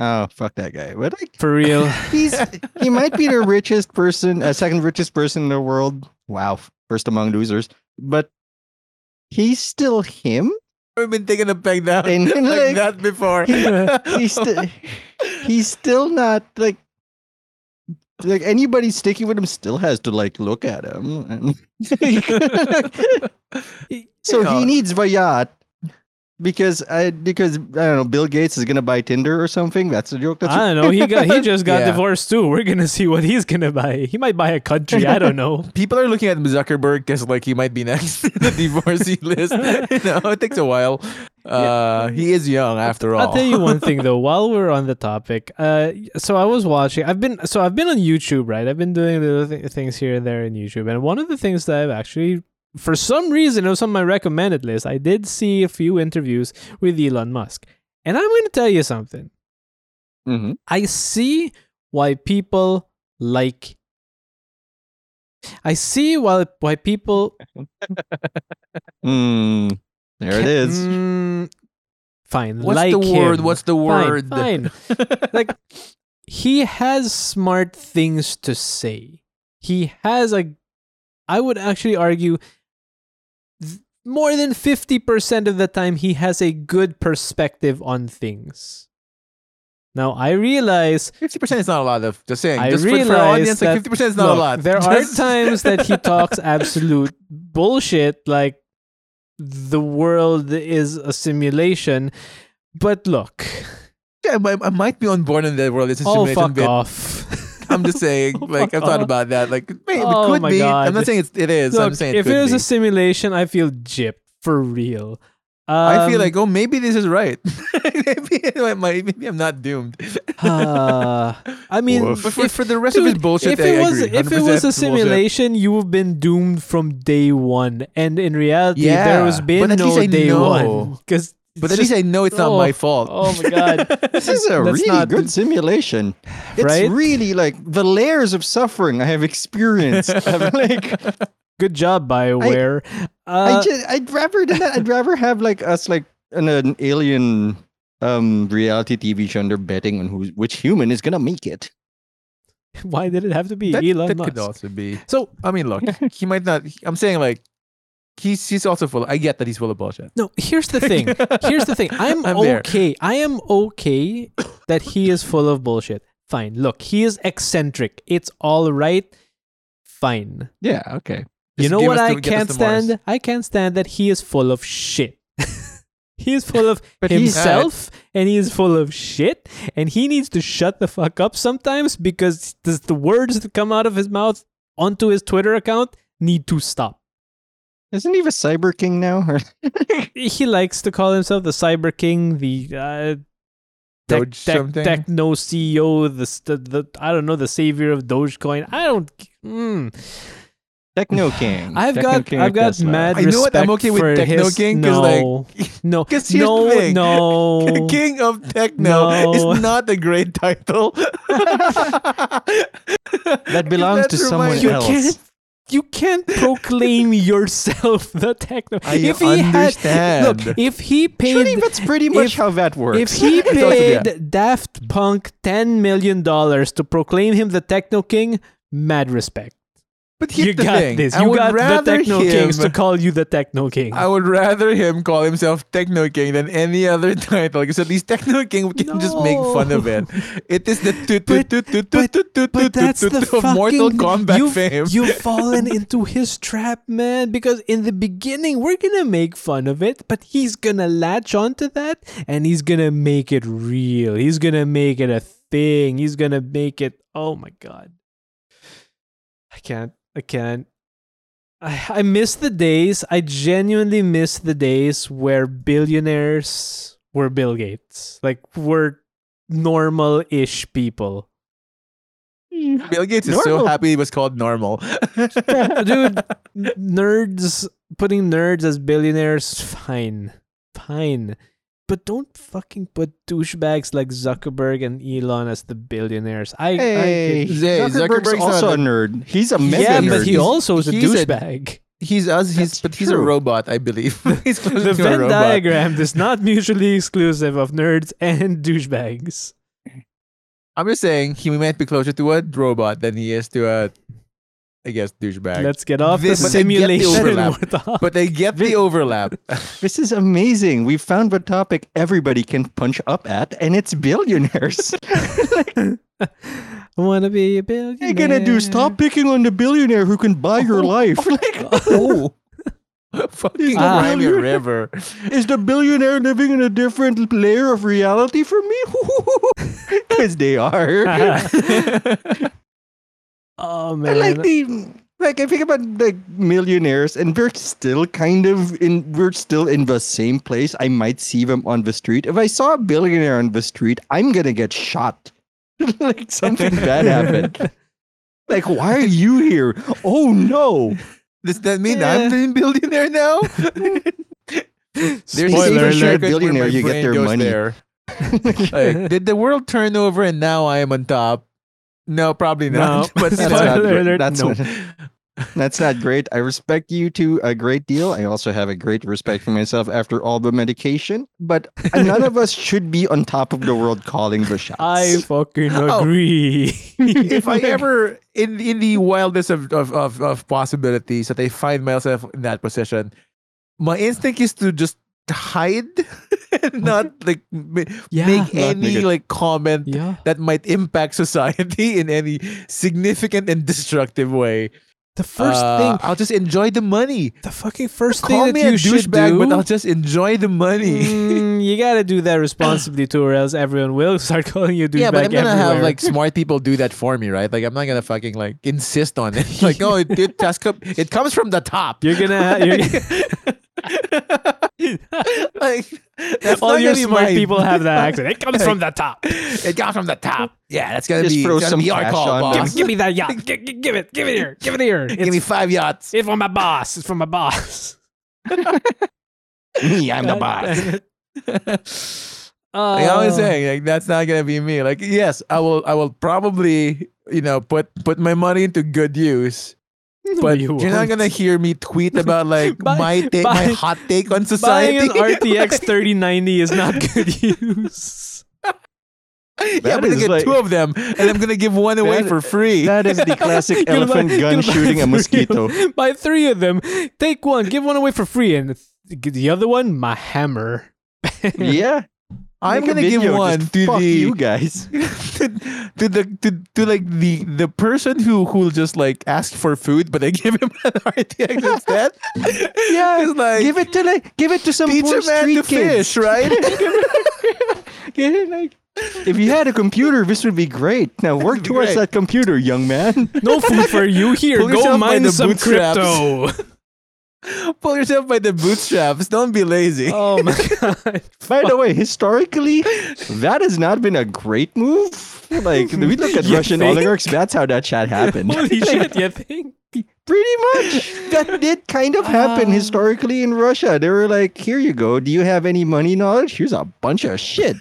S3: Oh fuck that guy. But like,
S1: For real.
S3: he's he might be the richest person, uh, second richest person in the world. Wow, first among losers. But he's still him.
S2: I've been taking a peg down
S3: And,
S2: like,
S3: like,
S2: that before.
S3: He's still he's still not like like anybody sticking with him still has to like look at him. And so
S2: Yeah.
S3: he needs a yacht because I because I don't know Bill Gates is gonna buy Tinder or something. That's a joke. That's
S1: I don't know. He got he just got
S2: Yeah.
S1: divorced too. We're gonna see what he's gonna buy. He might buy a country. I don't know.
S2: People are looking at Zuckerberg because like he might be next in the divorcee list. You know, it takes a while. Uh, he is young after all.
S1: I'll tell you one thing though. While we're on the topic, uh, so I was watching. I've been so I've been on YouTube, right? I've been doing little th- things here and there in YouTube, and one of the things that I've actually, for some reason, it was on my recommended list. I did see a few interviews with Elon Musk, and I'm going to tell you something.
S3: hmm
S1: I see why people like. I see why why people.
S3: Mm, there it is.
S1: Mm, fine.
S2: What's
S1: like
S2: the word?
S1: him.
S2: What's the
S1: Fine,
S2: word?
S1: Fine. like he has smart things to say. He has a. I would actually argue. th- More than 50% of the time, he has a good perspective on things. Now, I realize
S2: Fifty percent is not a lot of. Just saying.
S1: I
S2: just for, for our
S1: realize
S2: audience, like
S1: that-
S2: fifty percent is not
S1: Look,
S2: a lot.
S1: There are
S2: Just-
S1: times that he talks absolute bullshit, like the world is a simulation. But look,
S2: I, might- I might be on board in that world. It's a
S1: oh
S2: simulation
S1: fuck
S2: bit.
S1: off.
S2: I'm just saying.
S1: Oh,
S2: like I've
S1: fuck
S2: thought
S1: off.
S2: about that. Like maybe
S1: Oh,
S2: it could
S1: my
S2: be. I'm
S1: God.
S2: not saying it's, it is.
S1: Look,
S2: I'm saying it
S1: if
S2: could
S1: it was
S2: be.
S1: a simulation, I feel gypped for real.
S2: I feel
S1: Um,
S2: like, oh, maybe this is right. maybe, I might- maybe I'm not doomed.
S1: uh, I mean,
S3: Woof.
S2: But for,
S1: if-
S2: for the rest of
S1: dude,
S2: his bullshit,
S1: if it
S2: I
S1: was
S2: agree.
S1: if it
S2: 100%
S1: was a
S2: bullshit.
S1: simulation, you have been doomed from day one. And in reality, there
S2: Yeah,
S1: has
S2: but
S1: been
S2: at least
S1: no
S2: I
S1: day one
S2: know.
S1: because
S2: but at least I know it's not
S1: oh,
S2: my fault.
S1: oh my God.
S3: This is a
S1: That's
S3: really
S1: not-
S3: good simulation. It's
S1: Right?
S3: really like the layers of suffering I have experienced. I'm like,
S1: Good job, Bioware.
S3: I
S1: uh,
S3: just, I'd rather than that. I'd rather have like us like an, an alien um reality TV show and they're betting on who's which human is gonna make it.
S1: why did it have to be
S2: that,
S1: Elon
S2: that
S1: Musk?
S2: could also be.
S1: So
S2: I mean, look, he might not. I'm saying like, he's he's also full. I get that he's full of bullshit.
S1: no, here's the thing. here's the thing. I'm,
S2: I'm there.
S1: okay. I am okay that he is full of bullshit. Fine. Look, he is eccentric. It's all right. Fine.
S3: Yeah, okay.
S1: you
S2: Just
S1: know
S2: give
S1: what
S2: us
S1: I
S2: to- get us
S1: can't
S2: to Mars.
S1: stand? I can't stand that he is full of shit. he is full of
S3: But he's-
S1: himself and he is full of shit and he needs to shut the fuck up sometimes because does the words that come out of his mouth onto his Twitter account need to stop.
S3: Isn't he the cyber king now? Or-
S1: He likes to call himself the Cyber King, the uh, tech,
S2: Doge
S1: tech,
S2: something?
S1: techno E hmm. CEO, the, st- the I don't know, the savior of Dogecoin. I don't. Mm.
S3: Techno King.
S1: I've
S3: Techno
S1: got
S3: King
S1: I've
S3: of
S1: got
S3: Tesla.
S1: mad
S2: I know what, I'm
S1: respect
S2: okay with
S1: for
S2: Techno
S1: his-
S2: King 'cause, like,
S1: no, no,
S2: 'cause here's the
S1: no,
S2: thing.
S1: no.
S2: King of Techno
S1: Oh, No.
S2: is not a great title. that
S3: belongs to someone
S1: you
S3: else.
S1: can't you can't proclaim yourself the techno.
S2: I
S1: if he had
S2: understand.
S1: look, if he
S3: Surely
S1: paid
S3: that's pretty much
S1: if-
S3: how that works.
S1: if he
S2: also be-
S1: paid Daft Punk ten million dollars to proclaim him the techno king, mad respect.
S2: But here's
S1: you
S2: the
S1: got
S2: thing.
S1: this.
S2: I
S1: You
S2: would
S1: got the
S2: rather
S1: techno
S2: him,
S1: kings to call you the techno king.
S2: I would rather him call himself Techno King than any other title because at least Techno King we can just make fun of it. It is the toot toot
S1: But-
S2: toot toot
S1: but-
S2: toot toot toot
S1: But
S2: toot
S1: that's the
S2: toot of
S1: fucking
S2: Mortal Kombat
S1: you've,
S2: fame.
S1: You've fallen into his trap, man. Because in the beginning, we're gonna make fun of it, but he's gonna latch onto that and he's gonna make it real. He's gonna make it a thing. He's gonna make it. Oh my god, I can't. I can't. I, I miss the days. I genuinely miss the days where billionaires were Bill Gates. Like were normal-ish people.
S2: Bill Gates is so
S3: Normal.
S2: happy it was called normal.
S1: dude n- nerds putting nerds as billionaires fine fine but don't fucking put douchebags like zuckerberg and elon as the billionaires i, I
S3: hey,
S1: get-
S2: Hey,
S3: Zuckerberg's
S2: Zuckerberg's
S3: also
S2: not
S3: a
S2: a-
S3: nerd. He's a mega
S1: yeah
S3: nerd.
S1: but he
S2: He's-
S1: also is a
S2: he's a-
S1: douchebag
S2: He's us. He's
S3: That's
S2: but he's a
S3: true.
S2: robot, I believe. he's close
S1: the
S2: to a
S1: venn
S2: robot.
S1: diagram is not mutually exclusive of nerds and douchebags
S2: I'm just saying he might be closer to a robot than he is to a, I guess, douchebag.
S1: let's get off
S2: This-
S1: the
S2: but I get the
S1: simulation
S2: overlap.
S1: we're talking-
S2: but they get the overlap.
S3: This is amazing. We found the topic everybody can punch up at, and it's billionaires.
S1: i want to be a billionaire
S3: What are you gonna do? Stop picking on the billionaire who can buy your life.
S2: oh,
S3: Like,
S2: fucking
S1: Ah.
S2: Miami River.
S3: is the billionaire living in a different layer of reality from me? Because they are. I
S1: oh man
S3: like the like. I think about like millionaires, and we're still kind of in. We're still in the same place. I might see them on the street. If I saw a billionaire on the street, I'm gonna get shot. like something bad happened. Like, why are you here? Oh no!
S2: Does that mean
S1: Yeah.
S2: I'm the billionaire now? There's
S3: Spoiler
S2: a
S3: alert.
S2: circuit where
S3: Billionaire,
S2: my
S3: you get
S2: brain
S3: their
S2: goes
S3: money.
S2: there. Like, did the world turn over and now I am on top? No, probably not.
S1: No.
S2: But
S1: That's
S3: That's,
S1: Spoiler
S3: not,
S1: alert,
S3: gr- that's,
S1: no.
S3: not- that's not great. I respect you two a great deal. I also have a great respect for myself after all the medication, but none of us should be on top of the world calling the shots.
S1: I fucking
S2: Oh.
S1: agree.
S2: if I ever in in the wildest of, of, of, of possibilities that I find myself in that position, my instinct is to just hide and not like ma-
S1: Yeah.
S2: make
S3: Not
S2: any
S3: make it-
S2: like comment
S1: yeah,
S2: that might impact society in any significant and destructive way.
S1: the first
S2: Uh,
S1: thing,
S2: I'll just enjoy the money.
S1: the fucking first
S2: Call
S1: thing
S2: me
S1: that you
S2: a
S1: should
S2: douchebag,
S1: do.
S2: but I'll just enjoy the money.
S1: Mm, you gotta do that responsibly too, or else everyone will start calling you douchebag.
S2: Yeah, but I'm gonna have
S1: everywhere.
S2: like smart people do that for me, right? Like I'm not gonna fucking like insist on it. Like, oh, it it, just com- it comes from the top.
S1: you're gonna. Ha- you're gonna
S2: like that's
S1: all
S2: not
S1: your
S2: gonna be
S1: smart
S2: mine.
S1: people have that accent. It comes from the top.
S2: It got from the top. Yeah, that's gonna
S3: Just
S2: be
S3: throw
S2: it's gonna
S3: some
S2: be our
S3: cash
S2: call,
S3: on them.
S2: boss.
S1: Give me that yacht. Give, give it. Give it here. Give it here.
S2: Give
S1: It's,
S2: me five yachts.
S1: it's from my boss. It's from my boss.
S3: Me, I'm the boss.
S1: Uh,
S2: Like I
S1: Oh.
S2: was saying, like that's not gonna be me. Like yes, I will. I will probably, you know, put put my money into good use.
S1: no,
S2: But
S1: you
S2: you are not
S1: won't.
S2: gonna hear me tweet about like
S1: Buy-
S2: my take, my
S1: buy-
S2: hot take
S1: Buying
S2: on society.
S1: an RTX 3090 is not good use.
S2: yeah, I'm
S3: That
S2: gonna
S3: is
S2: get
S3: like-
S2: two of them, and I'm gonna give one away
S3: That-
S2: for free.
S3: That is the classic
S1: You'll buy-
S3: elephant gun
S1: you'll buy
S3: shooting
S1: three
S3: a
S1: of-
S3: mosquito.
S1: buy three of them. Take one, give one away for free, and th- g- the other one, my hammer.
S3: Yeah,
S2: I'm
S3: make a
S2: gonna give
S3: video,
S2: one
S3: just
S2: to
S3: fuck
S2: the
S3: you guys.
S2: to, to the to, to like the the person who who'll just like ask for food, but I give him an RTX instead.
S3: Yeah,
S2: it's like
S3: give it to like, give it to some
S2: teach
S3: poor
S2: a man
S3: street
S2: to
S3: kid.
S2: fish, right?
S3: Yeah, like, if you had a computer, this would be great. Now work
S2: be
S3: towards
S2: great.
S3: that computer, young man.
S1: No food for you here.
S2: Pull
S1: Go
S2: yourself by
S1: mine
S2: the
S1: some
S2: bootstraps.
S1: crypto.
S2: Pull yourself by the bootstraps. Don't be lazy.
S1: Oh my god.
S3: By the way, historically, that has not been a great move. Like we look at
S1: You
S3: Russian
S1: think?
S3: oligarchs, that's how that chat happened.
S1: Holy shit, you think?
S3: Pretty much. That did kind of happen
S2: Um,
S1: Ah.
S3: historically in Russia. They were like, here you go. Do you have any money knowledge? Here's a bunch of shit.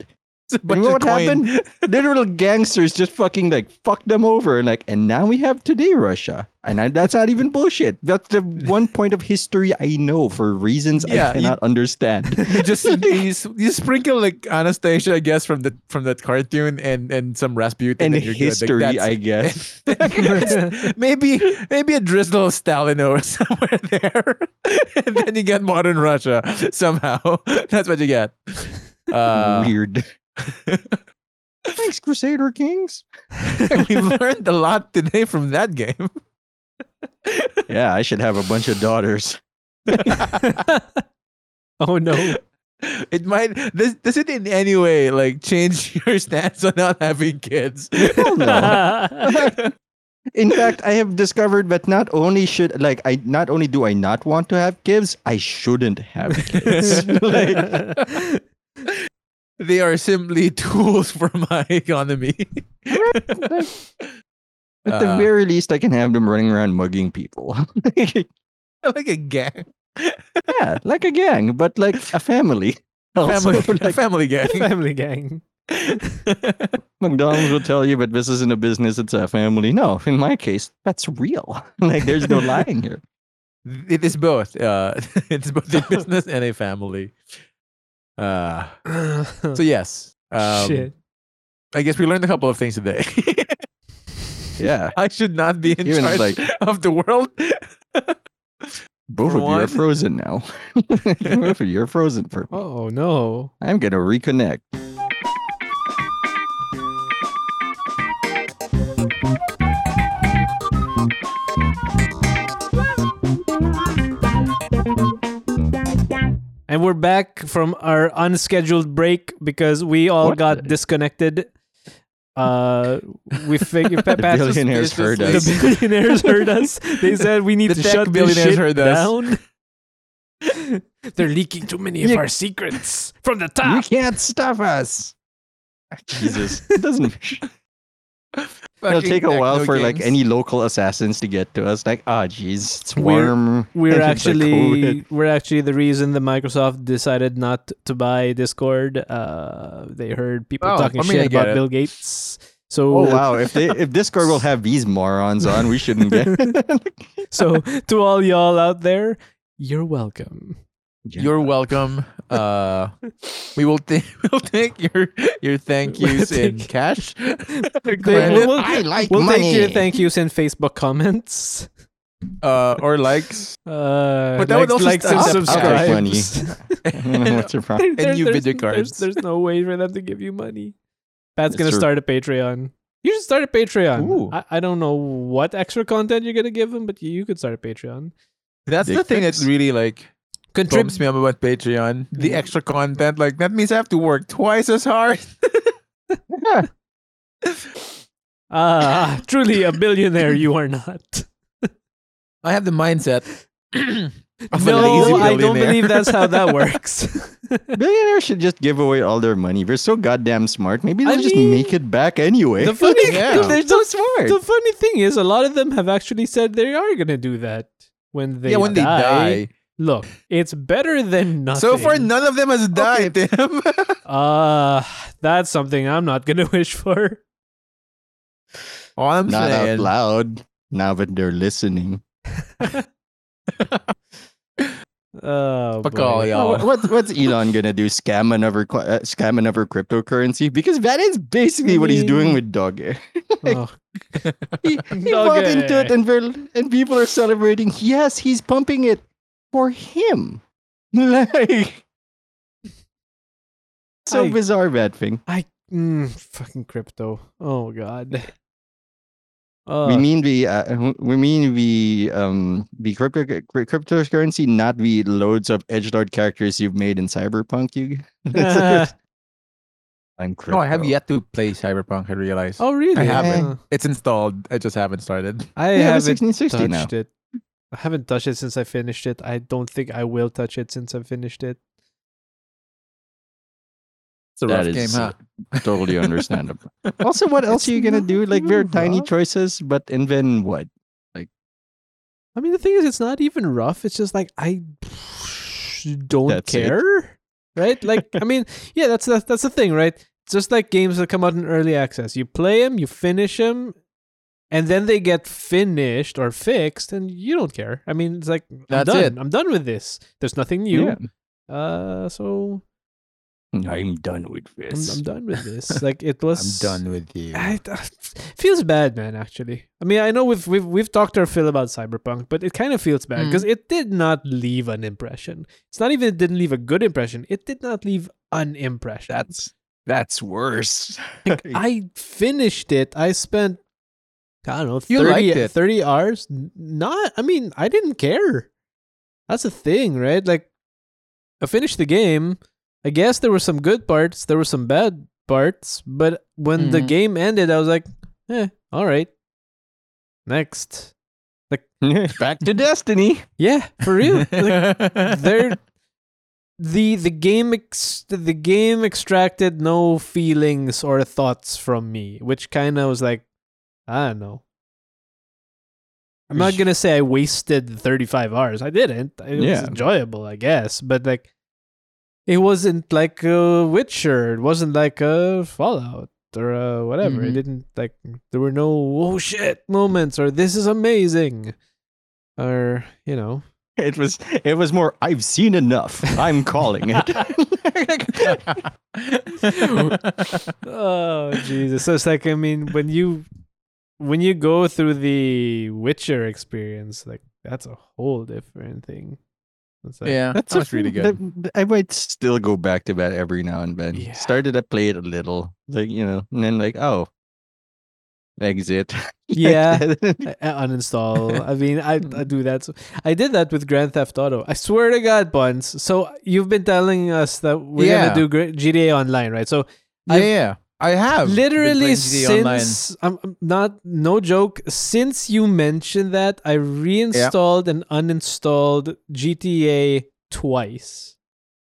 S2: It's a bunch
S3: know
S2: of
S3: what
S2: coin.
S3: happened? Literal gangsters just fucking like fuck them over and like, and now we have today Russia. And I, that's not even bullshit. That's the one point of history I know for reasons
S2: Yeah,
S3: I
S2: you-
S3: cannot understand.
S2: you just you, s- you sprinkle like Anastasia, I guess, from the from that cartoon and and some Rasputin
S3: and
S2: you're good. Like,
S3: history,
S2: that's-
S3: I guess.
S2: maybe maybe a drizzle of Stalin or somewhere there, and then you get modern Russia somehow. That's what you get. Uh,
S3: Weird. Thanks, Crusader Kings.
S2: we learned a lot today from that game.
S3: Yeah, I should have a bunch of daughters.
S1: oh no.
S2: It might does, does it in any way like change your stance on not having kids?
S3: Hell no. In fact, I have discovered that not only should like I not only do I not want to have kids, I shouldn't have kids. Like,
S2: they are simply tools for my economy.
S3: at the
S2: Uh.
S3: very least, I can have them running around mugging people.
S2: like a gang.
S3: yeah, like a gang, but like a family. Also,
S2: Family, a
S3: like,
S2: family gang.
S1: Family gang.
S3: McDonald's will tell you, but this isn't a business; it's a family. No, in my case, that's real. Like, there's no lying here.
S2: it is both. Uh, it's both a business and a family. Uh, so yes. Um,
S1: Shit.
S2: I guess we learned a couple of things today.
S3: Yeah,
S2: I should not be in
S3: Even if,
S2: charge of the world.
S3: both of you are
S2: One.
S3: frozen now. both of you are frozen for me.
S1: Oh no.
S3: I'm gonna reconnect.
S1: And we're back from our unscheduled break because we all
S3: What?
S1: got disconnected. Uh, we figured Pat,
S3: The billionaires
S2: this is
S3: heard
S2: like-
S3: us.
S1: the billionaires heard us. They said we need
S2: The
S1: to
S2: tech
S1: shut this
S2: billionaires
S1: shit
S2: heard us.
S1: down. They're leaking too many of
S3: You-
S1: our secrets from the
S3: You
S1: top.
S3: can't stop us. Jesus, it doesn't. It'll
S2: Fucking
S3: take a while
S2: techno
S3: for like
S2: games.
S3: any local assassins to get to us. Like, ah, jeez, it's
S1: We're-
S3: warm.
S1: We're
S3: and it's like
S2: "Oh,
S1: actually
S3: COVID.
S1: we're actually the reason that Microsoft decided not to buy Discord. Uh, they heard people
S2: Oh,
S1: talking
S2: I mean, I
S1: shit
S2: get
S1: about
S2: it.
S1: Bill Gates. So
S3: Oh wow! If they if Discord will have these morons on, we shouldn't get.
S1: so to all y'all out there, you're welcome.
S2: You're welcome. Uh, we will ta- we'll take your your thank
S1: We'll
S2: yous in
S1: take-
S2: cash.
S1: we'll-
S2: Credit,
S1: we'll-
S3: I like
S1: We'll
S3: money.
S1: take your thank yous in Facebook comments.
S2: uh, or likes.
S1: Uh,
S2: But that would
S1: likes-
S2: also
S1: likes and
S2: stop-
S3: Okay, funny.
S1: subscribes.
S3: I don't know what's your problem.
S1: There- there-
S2: new
S1: there's-
S2: video
S1: there's-
S2: cards.
S1: There's, no way for them to give you money. Pat's
S3: That's
S1: gonna
S3: true.
S1: start a Patreon. You should start a
S2: Ooh.
S1: Patreon. I, I don't know what extra content you're gonna give him, but you could start a Patreon.
S2: That's
S3: Dick
S2: the thing that's
S3: pics.
S2: really like trips
S1: Contribute.
S2: me up about Patreon. The extra content, like that means I have to work twice as hard.
S1: Ah, truly a billionaire you are not.
S2: I have the mindset. of a lazy
S1: no, I don't
S2: billionaire.
S1: believe that's how that works.
S3: Billionaires should just give away all their money. They're so goddamn smart. Maybe
S1: I
S3: they'll just
S1: mean,
S3: make it back anyway.
S1: the funny,
S2: Yeah.
S1: they're so
S3: so smart.
S1: The funny thing is, a lot of them have actually said they are going to do that when they
S2: yeah, when
S1: die.
S2: they die.
S1: Look, it's better than nothing.
S2: So far, none of them has died. Tim.
S1: uh, that's something I'm not going to wish for.
S2: All I'm
S3: Not out
S2: saying.
S3: loud. Now that they're listening.
S1: Oh,
S2: Fuck
S1: boy.
S2: all y'all.
S3: What, what- what's Elon gonna do? Scam another qu- uh, scam another cryptocurrency? Because that is basically what he's doing with Dogger.
S1: Oh,
S3: He, he bought into it, and we're- and people are celebrating. Yes, he's pumping it for him. Like so
S1: I-
S3: bizarre that thing.
S1: mm, fucking crypto. Oh god.
S3: we
S1: Uh,
S3: mean the uh, we mean the um the crypto cry- cryptocurrency, not the loads of edge lord characters you've made in Cyberpunk. You. I'm
S2: No, I have
S3: crypto.
S2: yet to play Cyberpunk. I realize
S1: oh really?
S2: I
S3: haven't.
S1: Uh,
S2: it's installed. I just haven't started.
S1: I
S3: You have a
S1: haven't
S3: 1660 now.
S1: touched it. I haven't touched it since I finished it. I don't think I will touch it since I finished it.
S2: It's a
S3: That
S2: rough
S3: is
S2: game, huh?
S3: totally understandable. also, what else
S1: It's
S3: are you gonna
S1: not
S3: do? Like, there are
S1: too
S3: tiny
S1: rough.
S3: choices, but and then what?
S1: I mean, the thing is, it's not even rough. It's just like I don't
S3: That's it.
S1: care, right? Like, I mean, yeah, that's that's that's the thing, right? It's just like games that come out in early access. You play them, you finish them, and then they get finished or fixed, and you don't care. I mean, it's like
S2: That's
S1: I'm done.
S2: it.
S1: I'm done with this. There's nothing new. Uh, so
S3: Mm-hmm. I'm done with
S1: I'm,
S3: this.
S1: I'm done with this. Like it was.
S2: with you.
S1: I, feels bad, man. Actually, I mean, I know we've we've we've talked our fill about Cyberpunk, but it kind of feels bad
S4: Mm.
S1: because it did not leave an impression. It's not even it didn't leave a good impression. It did not leave an impression.
S3: That's that's worse.
S1: I finished it. I spent I don't know
S2: You
S1: 30,
S2: liked it.
S1: 30 hours. N- Not. I mean, I didn't care. That's the thing, right? Like, I finished the game. I guess there were some good parts. There were some bad parts. But when
S2: Mm-hmm.
S1: the
S4: Mhm.
S1: game ended, I was like, eh, all right. Next.
S3: Back to Destiny.
S1: Yeah, for real. Like, they're the the game ex- the game extracted no feelings or thoughts from me, which kind of was like, I don't know. I'm not gonna say I wasted 35 hours. I didn't. It
S3: Yeah.
S1: was enjoyable, I guess, but like, it wasn't like a Witcher. It wasn't like a Fallout or uh whatever. It
S4: Mhm.
S1: didn't like there were no oh shit moments or this is amazing or you know
S3: It was it was more I've seen enough. I'm calling it.
S1: oh Jesus! So it's like I mean, when you when you go through the Witcher experience, like that's a whole different thing. It's like,
S2: yeah, that sounds really good.
S3: that- I might still go back to that every now and then.
S1: Yeah.
S3: Started to play it a little, like you know, and then like oh, exit.
S1: Yeah. I- I uninstall. I mean, I, I do that. So, I did that with Grand Theft Auto. I swear to God, Buns. So you've been telling us that we're
S2: Yeah.
S1: gonna do gra- GTA Online, right? So
S2: Yeah,
S1: I've-
S2: yeah, I have been
S1: literally
S2: playing GTA Online.
S1: since I'm I'm not no joke since you mentioned that i reinstalled and uninstalled gta twice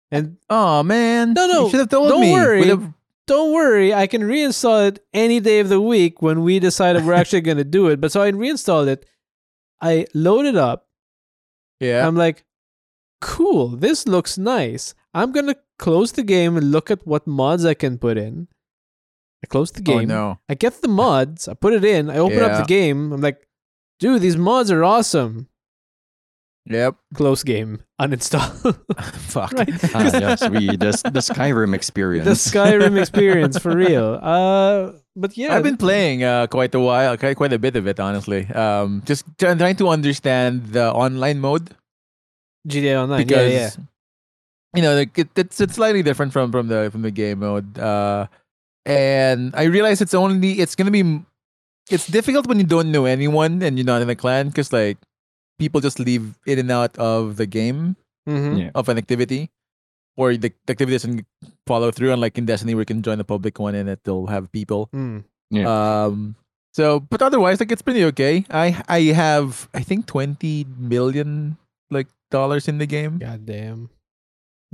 S1: and
S2: Oh man,
S1: No, no,
S2: you should have told
S1: don't
S2: me.
S1: worry.
S2: Would have-
S1: don't worry i can reinstall it any day of the week when we decide we're actually going to do it but so i reinstalled it i load it up
S2: yeah,
S1: i'm like cool this looks nice i'm going to close the game and look at what mods i can put in i close the game
S2: Oh no,
S1: I get the mods, I put it in, I open up
S2: Yeah.
S1: the game, I'm like, dude, these mods are awesome.
S2: yep,
S1: Close game, uninstall.
S2: fuck.
S1: right?
S3: ah, yes, we the, the Skyrim experience.
S1: The Skyrim experience for real. Uh, but yeah,
S2: I've been playing uh, quite a while, quite quite a bit of it, honestly. Um, just try- trying to understand the online mode
S1: GTA Online. Yeah,
S2: because
S1: yeah.
S2: you know like, it, it's it's slightly different from from the from the game mode. Uh, and I realize it's only it's gonna be m- it's difficult when you don't know anyone and you're not in a clan because like people just leave in and out of the game
S1: Mhm.
S3: Yeah.
S2: of an activity or the, the activity doesn't follow through unlike in destiny we can join the public one and it'll have people
S1: Mm.
S2: um so but otherwise like it's pretty okay i i have i think 20 million like dollars in the game
S1: God damn.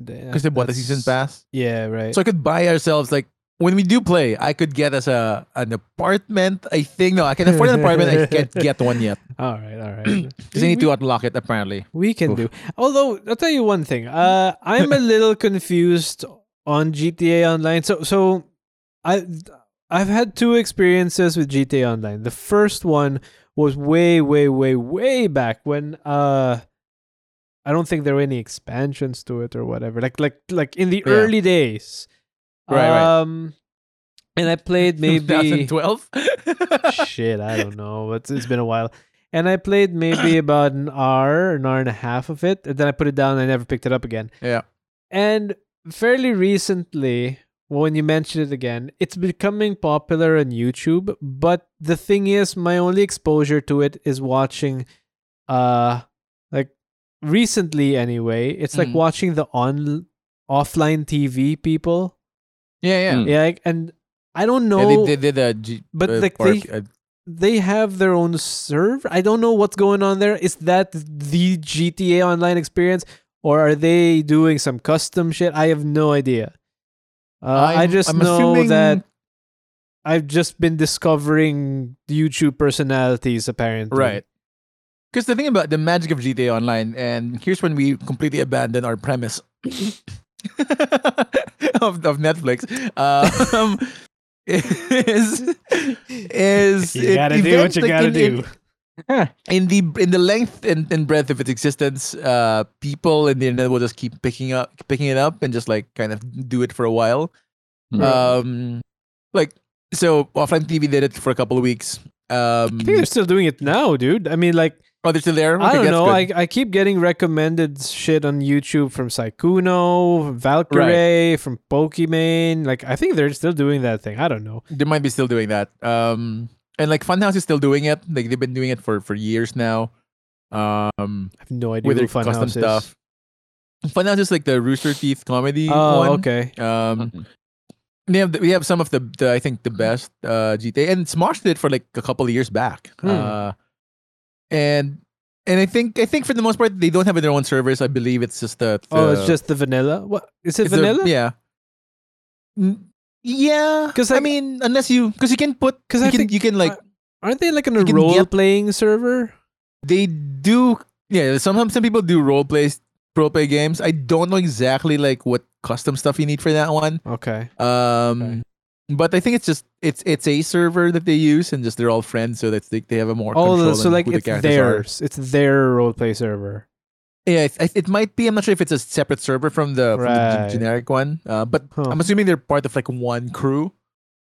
S2: because they bought the season pass
S1: Yeah, right.
S2: so i could buy ourselves like when we do play i could get us a an apartment i think no i can afford an apartment i can't get one yet
S1: all right, all right.
S2: because i need to unlock it apparently
S1: We can
S2: Oof.
S1: do. Although I'll tell you one thing. Uh, I'm a little confused on GTA Online. So so, I I've had two experiences with GTA Online. The first one was way way way way back when. Uh, I don't think there were any expansions to it or whatever. Like like like in the
S2: Yeah.
S1: early days.
S2: Right, right.
S1: Um, and I played maybe
S2: 2012
S1: shit, I don't know. It's, it's been a while. And I played maybe about an hour, an hour and a half of it. And then I put it down and I never picked it up again.
S2: yeah
S1: And fairly recently, when you mention it again, it's becoming popular on YouTube. But the thing is, my only exposure to it is watching, uh, like recently anyway, it's like
S2: Mm.
S1: watching the on offline TV people.
S2: yeah yeah
S3: Mm.
S1: Yeah. like- and I don't know
S2: Hmm. Yeah, they, they did a G,
S1: but,
S2: uh,
S1: like,
S2: or-
S1: they-
S2: uh,
S1: they have their own server. I don't know what's going on there. Is that the GTA Online experience, or are they doing some custom shit? I have no idea. Uh, I
S2: I'm-
S1: just
S2: I'm
S1: know
S2: assuming-
S1: that I've just been discovering YouTube personalities, apparently.
S2: right Because the thing about the magic of GTA Online, and here's when we completely abandon our premise of, of Netflix, um, is is
S4: You gotta do what
S2: events,
S4: you
S2: like,
S4: gotta
S2: in- in-
S4: do.
S2: in the in the length and, and breadth of its existence, uh, people in the internet will just keep picking up picking it up and just like kind of do it for a while.
S3: Hmm.
S2: Um, like so, offline TV did it for a couple of weeks. Um,
S1: I think they're still doing it now, dude. I mean, like
S2: oh, they're still there.
S1: I
S2: Okay,
S1: don't
S2: that's
S1: know.
S2: good.
S1: I, I keep getting recommended shit on YouTube from Saikuno, from Valkyrie, from Pokimane. Like I think they're still doing that thing. I don't know.
S2: they might be still doing that. Um, and like Funhouse is still doing it. Like they've been doing it for for years now. Um,
S1: I have no idea
S2: with
S1: who
S2: their
S1: Funhouse
S2: custom
S1: is.
S2: stuff. Funhouse is like the Rooster Teeth comedy
S1: Oh,
S2: one.
S1: okay.
S2: Um,
S3: Mm-hmm.
S2: we have we have some of the, the I think the best uh, GTA and Smosh did it for like a couple of years back.
S1: Hmm.
S2: Uh, and and I think I think for the most part they don't have their own servers. I believe it's just the,
S1: Oh, it's
S2: the-
S1: just the vanilla. What is it?
S2: it's a-
S1: vanilla?
S2: yeah. Mm, Yeah,
S1: 'Cause,
S2: because I
S1: like-
S2: mean, unless you, because you can put,
S1: 'Cause
S2: you
S1: I
S2: can,
S1: think
S2: you can like
S1: I- Aren't they like on a
S2: You can
S1: role
S2: get-
S1: playing server?
S2: they do. Yeah, sometimes some people do role plays, role play games. I don't know exactly like what custom stuff you need for that one.
S1: Okay.
S2: Um, but I think it's just it's it's a server that they use, and just they're all friends, so that's they, they have a more
S1: Oh,
S2: control
S1: so
S2: on
S1: like
S2: who
S1: it's
S2: the characters are.
S1: theirs. It's their role play server.
S2: Yeah, it, it- it might be. I'm not sure if it's a separate server from the, from the gen-
S1: Right.
S2: generic one, uh, but
S1: Huh.
S2: I'm assuming they're part of like one crew,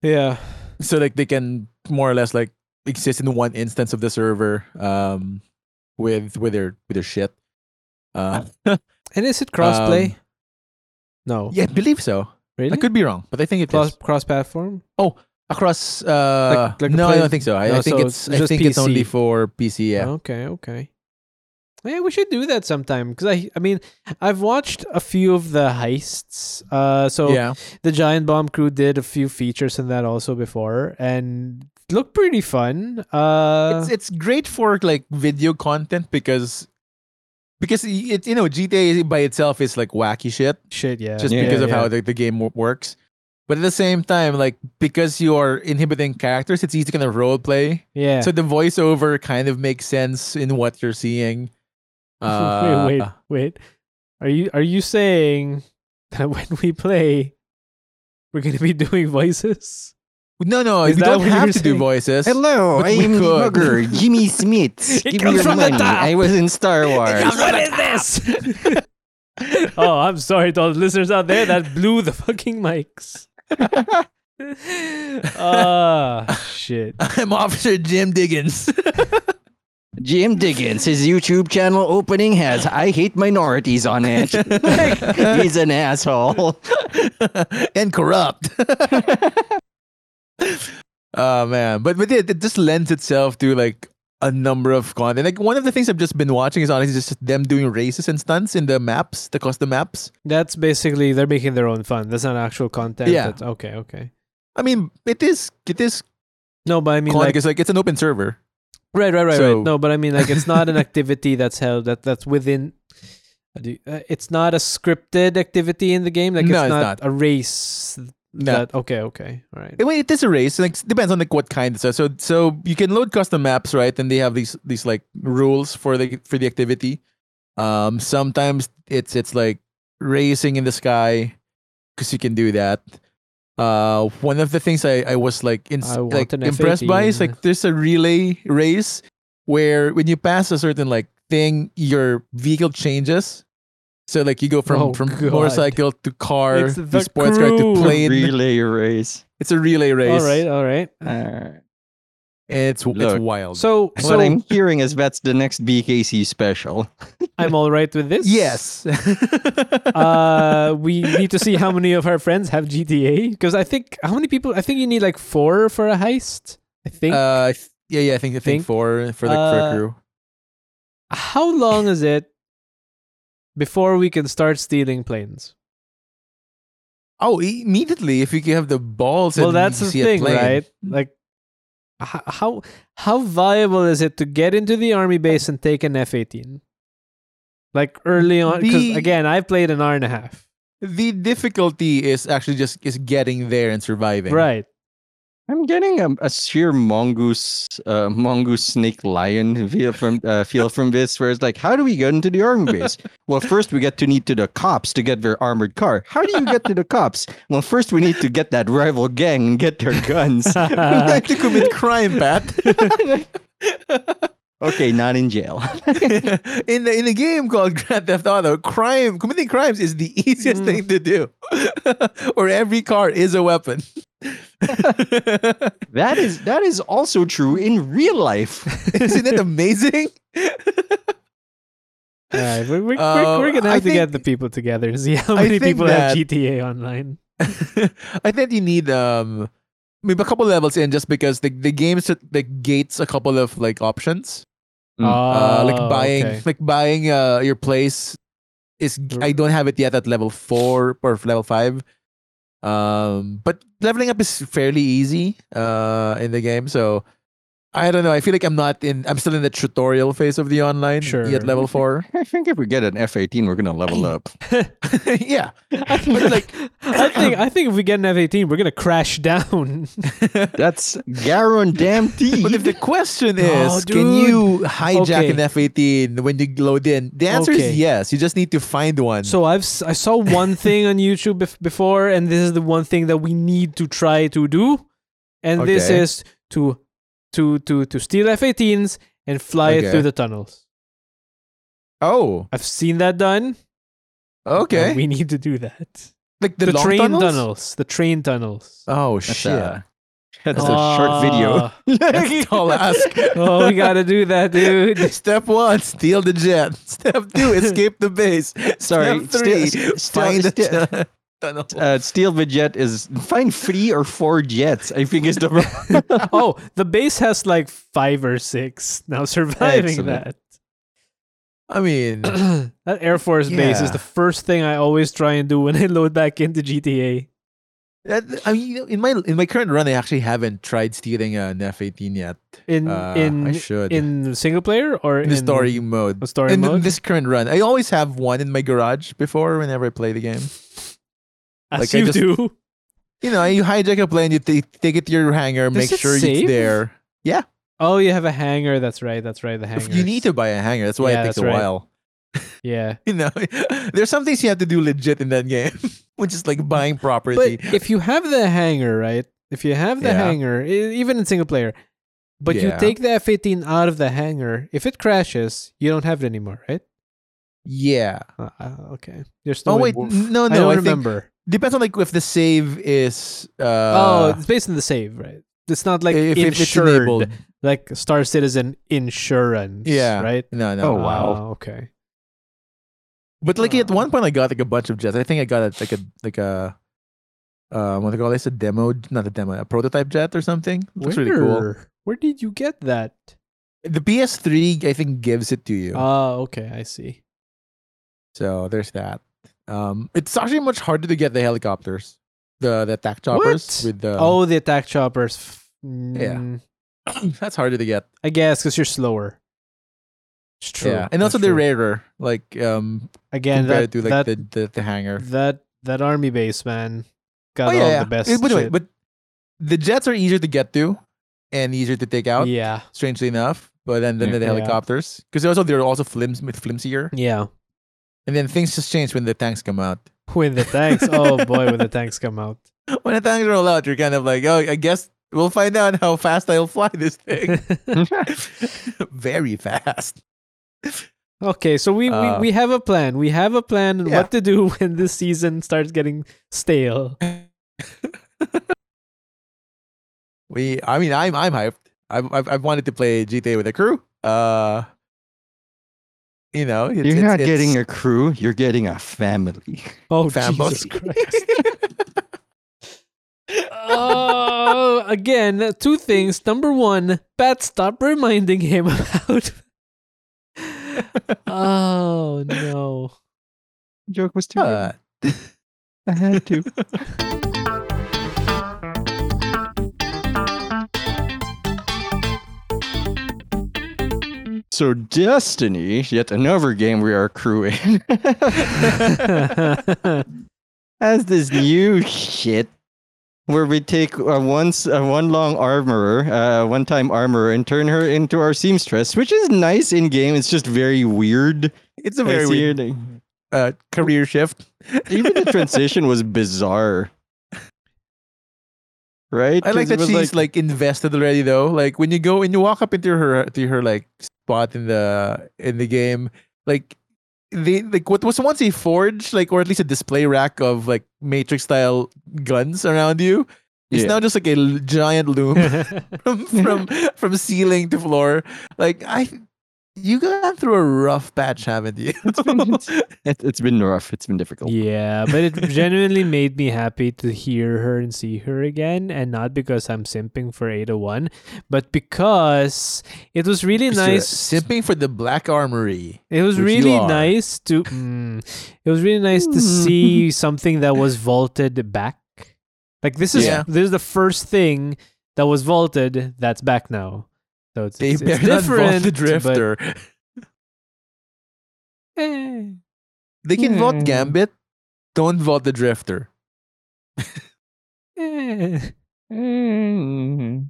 S1: Yeah.
S2: so like they can more or less like exist in one instance of the server, um, with with their with their shit. Uh,
S1: And is it crossplay?
S2: Um,
S1: no.
S2: yeah, I believe so.
S1: Really?
S2: I could be wrong, but I think it is
S1: cross cross platform.
S2: across. Uh,
S1: like a
S2: no, I
S1: play-
S2: don't think so. I,
S1: No,
S2: I think
S1: so it's
S2: it's, I
S1: just Oh,
S2: think it's only
S1: PC.
S2: for PC. Yeah.
S1: Okay, okay. Yeah, we should do that sometime because I, I mean, I've watched a few of the heists. Uh, so
S2: yeah.
S1: the Giant Bomb Crew did a few features in that also before, and it looked pretty fun. Uh,
S2: it's it's great for like video content because because y- it you know GTA by itself is like wacky shit
S1: shit, yeah,
S2: just
S1: yeah,
S2: because of
S1: yeah.
S2: how the, the game wo- works. But at the same time, like because you are inhibiting characters, it's easy to kind of role play.
S1: yeah.
S2: So the voiceover kind of makes sense in what you're seeing.
S1: wait, wait,
S2: Uh,
S1: wait. Are you are you saying that when we play, we're gonna be doing voices?
S2: No, no,
S1: Is
S2: you
S1: that
S2: don't
S1: what you
S2: have
S1: were
S2: to do
S1: saying?
S2: voices.
S3: Hello,
S2: But
S3: I
S2: we
S3: am the
S2: could.
S3: mugger, Jimmy Smith.
S1: It
S3: Give
S1: comes
S3: me your
S1: from the
S3: money.
S1: top.
S3: I was in Star Wars.
S1: What is this? oh, I'm sorry to all the listeners out there that blew the fucking mics. Ah, shit.
S2: I'm Officer Jim Diggins.
S3: Jim Diggins, his YouTube channel opening has I Hate Minorities on it. He's an asshole.
S2: and corrupt. oh man, but but it, it just lends itself to like a number of content. Like one of the things I've just been watching is honestly just them doing races and stunts in the maps, the custom maps.
S1: That's basically they're making their own fun. That's not actual content.
S2: Yeah.
S1: That's, okay, okay.
S2: I mean, it is it is
S1: No, but I mean
S2: content
S1: like
S2: 'cause, like it's an open server.
S1: right, right, right,
S2: So-
S1: right. No, but I mean like it's not an activity that's held that that's within. uh, do- uh, It's not a scripted activity in the game. Like it's,
S2: No, it's
S1: not,
S2: not.
S1: a race.
S2: No.
S1: That okay, okay, all right.
S2: I mean, it is a race. Like depends on like what kind. So so so you can load custom maps, right? And they have these these like rules for the for the activity. Um, sometimes it's it's like racing in the sky because you can do that. Uh, one of the things I I was like in,
S1: I want
S2: like
S1: an
S2: impressed by is
S1: F18.
S2: like there's a relay race where when you pass a certain like thing, your vehicle changes. So like you go from
S1: Oh,
S2: from
S1: God.
S2: motorcycle to car
S1: It's
S2: to
S1: the
S2: sports car to
S1: crew.
S2: plane.
S3: Relay race.
S2: It's a relay
S1: All
S2: race.
S1: right, all right.
S3: Alright.
S2: It's it's
S3: Look.
S2: wild.
S1: So, so
S3: what I'm hearing is that's the next BKC special.
S1: I'm all right with this.
S2: yes.
S1: uh, we need to see how many of our friends have GTA because I think how many people? I think you need like four for a heist. I think.
S2: Uh, th- yeah, yeah. I think I think
S1: Think.
S2: for for the
S1: Uh,
S2: for crew.
S1: how long is it before we can start stealing planes?
S2: Oh, i- immediately if you can have the balls.
S1: Well,
S2: and
S1: that's
S2: you
S1: the
S2: see a
S1: thing,
S2: plane.
S1: right? Like, h- how how viable is it to get into the army base and take an F-18? Like early on, because
S2: The-
S1: again, I played an hour and a half.
S2: The difficulty is actually just is getting there and surviving.
S1: Right.
S3: I'm getting a, a sheer mongoose, uh, mongoose, snake, lion feel from uh, feel from this. Where it's like, how do we get into the army base? well, first we get to need to the cops to get their armored car. How do you get to the cops? Well, first we need to get that rival gang and get their guns.
S2: I to commit crime, Pat.
S3: okay, not in jail.
S2: in the in a game called Grand Theft Auto, crime committing crimes is the easiest
S1: Mm.
S2: thing to do, or every car is a weapon. Isn't
S3: That is that is also true in real life.
S2: that amazing?
S1: All right, we're, we're,
S2: Uh,
S1: we're, we're gonna
S2: I
S1: have to get
S2: think-
S1: the people together and see how
S2: I
S1: many
S2: think
S1: people have
S2: that-
S1: GTA Online.
S2: I think you need um maybe a couple levels in just because the the game sort- like gates a couple of like options.
S3: Mm.
S2: uh,
S1: Oh,
S2: like buying
S1: okay.
S2: like buying uh, your place is
S1: Mm.
S2: I don't have it yet at level four or level five. Um, but leveling up is fairly easy uh, in the game, so I don't know. I feel like I'm not in. I'm still in the tutorial phase of the online
S1: Sure.
S2: at level four.
S3: I think if we get an F eighteen, we're gonna level up.
S2: yeah,
S1: But, like, I think I think if we get an F eighteen, we're gonna crash down.
S3: That's guaranteed.
S2: but if the question
S1: No,
S2: is, can you hijack
S1: Okay.
S2: an F-18 when you load in? The answer
S1: Okay.
S2: is yes. You just need to find one.
S1: so I've s- I saw one thing on YouTube bef- before, and this is the one thing that we need to try to do, and this
S2: Okay.
S1: is to to to to steal F eighteens and fly it
S2: Okay.
S1: through the tunnels.
S2: oh,
S1: I've seen that done.
S2: okay.
S1: and we need to do that.
S2: like
S1: The,
S2: long
S1: train tunnels?
S2: tunnels?
S1: The train tunnels.
S2: Oh
S3: that's
S2: shit. Oh,
S3: a, that's a short video.
S1: Ah.
S2: That's all I ask.
S1: oh, we gotta do that, dude.
S2: Step one, steal the jet. Step two, escape the base.
S3: Sorry,
S2: Step three,
S3: steal- s- steal-
S2: find
S3: steal-
S2: the tunnel.
S3: Uh, steal the jet is find three or four jets. I think is the
S1: Oh, the base has like five or six. Now surviving
S3: Excellent.
S2: I mean,
S1: that. that Air Force base is
S2: Yeah.
S1: the first thing I always try and do when I load back into GTA.
S2: that- I mean, you know, in my in my current run, I actually haven't tried stealing an F eighteen yet.
S1: In
S2: Uh, I
S1: in
S2: should in,
S1: in single player or in
S2: the story mode.
S1: the story
S2: In
S1: mode?
S2: this current run, I always have one in my garage before whenever I play the game.
S1: As
S2: like, I
S1: you
S2: just-
S1: do.
S2: You know, you hijack a plane, you t- take it to your hangar,
S1: Does
S2: make
S1: it
S2: sure
S1: save?
S2: it's there.
S1: Oh, you have a hangar. That's right. That's right. The hangar.
S2: If you need to buy a hangar, that's why
S1: Yeah,
S2: it takes
S1: that's
S2: a
S1: right.
S2: while.
S1: Yeah.
S2: you know, there's some things you have to do legit in that game, which is like buying
S1: But
S2: property.
S1: if you have the hangar, right? If you have the
S2: Yeah.
S1: hangar, e- even in single player, but you
S2: Yeah.
S1: take the F eighteen out of the hangar, if it crashes, you don't have it anymore, right?
S2: yeah.
S1: Uh, uh, okay. You're still.
S2: Oh
S1: in-
S2: wait,
S1: I
S2: no, no. I,
S1: don't
S2: think-
S1: remember.
S2: depends on like if the save is. Uh,
S1: oh, it's based on the save, right? It's not like
S2: if, if it's
S1: insured,
S2: enabled.
S1: like Star Citizen insurance.
S2: Yeah.
S1: Right.
S2: No, no.
S3: Oh, wow.
S1: Ah, okay.
S2: But like at
S1: Huh.
S2: one point, I got like a bunch of jets. I think I got a, like a like a. Uh, what do they call this? A demo, not a demo, a prototype jet or something. That's really cool.
S1: Where- Where did you get that?
S2: The PS3, I think, gives it to you.
S1: Ah, okay. I see.
S2: so there's that. Um, it's actually much harder to get the helicopters, the the attack choppers
S1: What?
S2: with the.
S1: oh, the attack choppers. F- mm,
S2: that's harder to get.
S1: I guess because you're slower. It's true.
S2: Yeah, and also
S1: that's
S2: they're
S1: true.
S2: rarer, like um,
S1: Again, that,
S2: compared to like
S1: that,
S2: the, the the hangar.
S1: that that army base man got all the best
S2: Uh, but, anyway,
S1: shit.
S2: but the jets are easier to get to, and easier to take out.
S1: yeah,
S2: Strangely enough, but then then
S3: Yeah.
S2: the
S1: Yeah.
S2: helicopters, because also they're also flims flimsier,
S1: yeah.
S2: and then things just change when the tanks come out.
S1: When the tanks, oh boy, when the tanks come out.
S2: When the tanks roll out, you're kind of like, oh, I guess we'll find out how fast I'll fly this thing. Very fast.
S1: okay, so we, we
S2: Uh,
S1: we have a plan. We have a plan on
S2: yeah.
S1: what to do when this season starts getting stale.
S2: We, I mean, I'm I'm hyped. I've I've, I've wanted to play GTA with a crew. Uh, you know, it's,
S3: You're
S2: it's-
S3: not
S2: it's-
S3: getting a crew. You're getting a family.
S1: Oh
S2: Fambos.
S1: Jesus Christ! oh, again, two things. Number one, Pat, stop reminding him about. oh no!
S3: Joke was too.
S2: Uh,
S3: I had to. So Destiny, yet another game we are crewing, has this new shit where we take uh, once uh, one long armorer, uh, one time armorer, and turn her into our seamstress, which is nice in game. It's just very weird.
S2: It's a
S3: I
S2: very
S3: see
S2: weird
S3: it.
S2: uh, career shift.
S3: Even the transition was bizarre. Right?
S2: I
S3: 'Cause
S2: like
S3: it
S2: that
S3: was
S2: she's like, invested already though. Like when you go and you walk up into her to her like spot in the in the game, like they like what was once a forge, like or at least a display rack of like matrix style guns around you. It's
S3: Yeah.
S2: now just like a l- giant loom from from from ceiling to floor. Like I you got through a rough patch, haven't you?
S3: it, it's been rough. It's been difficult.
S1: yeah, but it genuinely made me happy to hear her and see her again, and not because I'm simping for 801, but because it was really
S2: Sir,
S1: nice.
S2: Simping for the black armory.
S1: It was
S2: Which you
S1: really
S2: are.
S1: nice to. Mm, it was really nice to
S2: Mm.
S1: see something that was vaulted back. Like this is
S2: Yeah.
S1: this is the first thing that was vaulted that's back now. So it's,
S2: They
S1: it's, it's
S2: better not vault
S1: different.
S2: the
S1: but,
S2: drifter.
S1: eh.
S2: They can vote
S1: Yeah.
S2: Gambit. Don't vote the Drifter.
S1: Eh.
S3: Mm.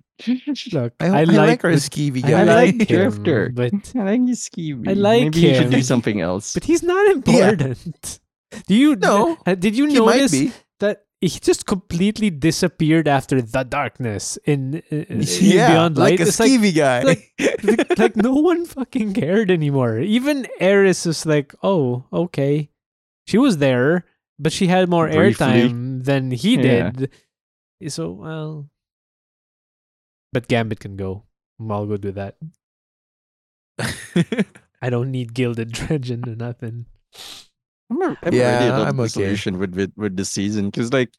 S1: Look,
S2: I, I, like, her skeevy
S1: I
S2: guy.
S1: like him,
S3: Drifter.
S1: but
S3: I like you, Skeevy.
S1: I like
S3: Maybe you should do
S1: him.
S3: something else.
S1: but he's not important. Do you
S2: No,
S1: uh, Did you
S2: he might
S1: notice
S2: be.
S1: that he just completely disappeared after the darkness in, uh, in
S2: Yeah,
S1: Beyond Light?
S2: like a
S1: It's like-
S2: skeevy guy.
S1: like- like, like, no one fucking cared anymore. Even Eris is like, oh, okay, she was there, but she had more
S3: Briefly.
S1: airtime than he
S3: Yeah.
S1: did. So well, but Gambit can go. I'm all good with that. I don't need Gilded Dredgen or nothing.
S3: I'm, a, I'm
S2: Yeah,
S3: already at
S2: I'm okay.
S3: a resolution with, with with this season because like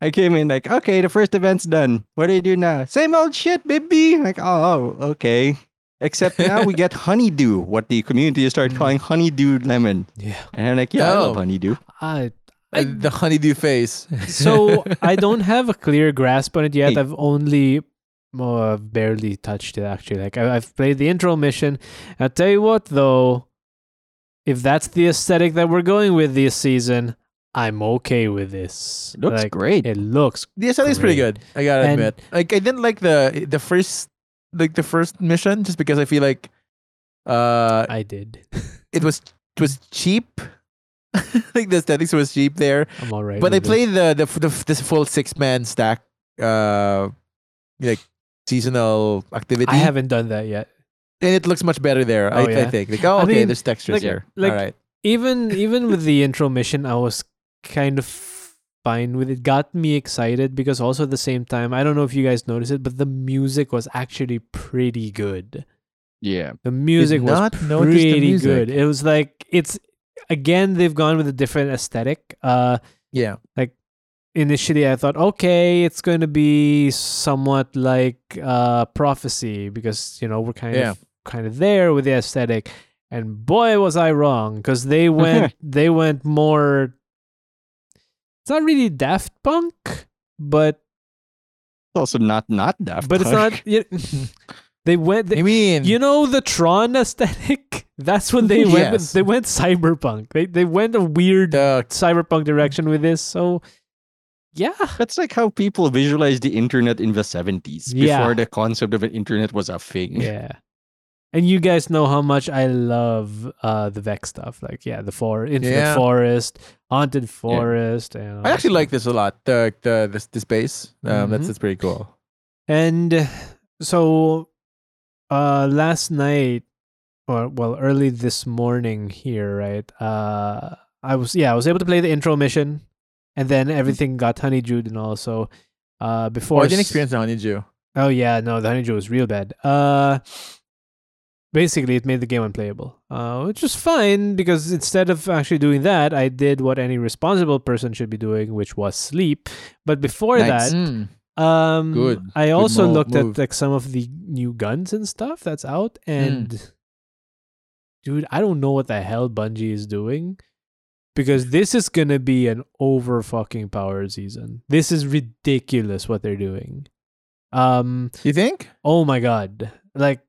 S3: I came in like okay, the first event's done. What do you do now? Same old shit, baby. Like oh, oh, okay. Except now we get honeydew, what the community has started
S1: Mm.
S3: calling honeydew lemon,
S1: Yeah,
S3: and I'm like, yeah, I love
S2: Oh.
S3: honeydew.
S1: I
S2: Uh, the honeydew face.
S1: so I don't have a clear grasp on it yet.
S3: Hey.
S1: I've only oh, I've barely touched it actually. Like I, I've played the intro mission. I'll tell you what though, if that's the aesthetic that we're going with this season, I'm okay with this.
S3: It looks
S1: Like,
S3: great.
S1: It looks
S2: the SLA is pretty
S1: Great.
S2: good. I gotta
S1: And-
S2: admit. Like I didn't like the the first like the first mission just because I feel like uh
S1: I did.
S2: it was it was cheap. like the aesthetics was cheap there.
S1: I'm all right.
S2: but I
S1: with it.
S2: played the the, f- the f- this full six man stack uh like seasonal activity.
S1: I haven't done that yet.
S2: and it looks much better there. I,
S1: Oh, yeah?
S2: I think like oh
S1: I
S2: okay,
S1: mean,
S2: there's textures
S1: like-
S2: here.
S1: like-
S2: All right,
S1: even even with the intro mission i was kind of fine with it got me excited because also at the same time i don't know if you guys noticed it but the music was actually pretty good
S3: Yeah,
S1: the music was
S2: not notice the
S1: pretty
S2: music.
S1: good it was like it's again they've gone with a different aesthetic uh
S2: yeah,
S1: initially I thought, okay, it's going to be somewhat like uh, prophecy because you know we're kind
S2: Yeah.
S1: of kind of there with the aesthetic, and boy was I wrong because they went they went more. It's not really Daft Punk, but
S3: it's also not not Daft
S1: but it's
S3: Punk.
S1: not. y they went. They,
S2: I mean,
S1: you know the Tron aesthetic. That's when they went. with
S2: Yes.
S1: They went cyberpunk. They they went a weird
S2: the
S1: cyberpunk direction with this. So, yeah,
S3: That's like how people visualized the internet in the 70s
S1: Yeah.
S3: before the concept of an internet was a thing.
S1: yeah and you guys know how much i love uh the vex stuff like yeah the for infinite
S2: Yeah.
S1: forest haunted forest and all
S2: I
S1: that
S2: actually like
S1: stuff.
S2: this a lot. The the this, this base, um,
S1: Mhm.
S2: that's that's pretty cool.
S1: and so uh last night or well early this morning here right uh i was yeah i was able to play the intro mission and then everything got honeydewed and also uh
S2: Mm-hmm. Oh,
S1: before
S2: I
S1: s-
S2: didn't experience the honeydew.
S1: Oh yeah, no, the honeydew was real bad. Uh basically it made the game unplayable. Uh which is fine because instead of actually doing that, I did what any responsible person should be doing, which was sleep. But before
S3: Nice.
S2: Mm.
S1: that, um
S2: Good.
S1: I
S2: Good
S1: also
S2: mo-
S1: looked
S2: move.
S1: at like some of the new guns and stuff that's out and
S2: Mm.
S1: dude, I don't know what the hell Bungie is doing. Because this is gonna be an over fucking powered season. This is ridiculous what they're doing. Um
S2: You think?
S1: oh my god like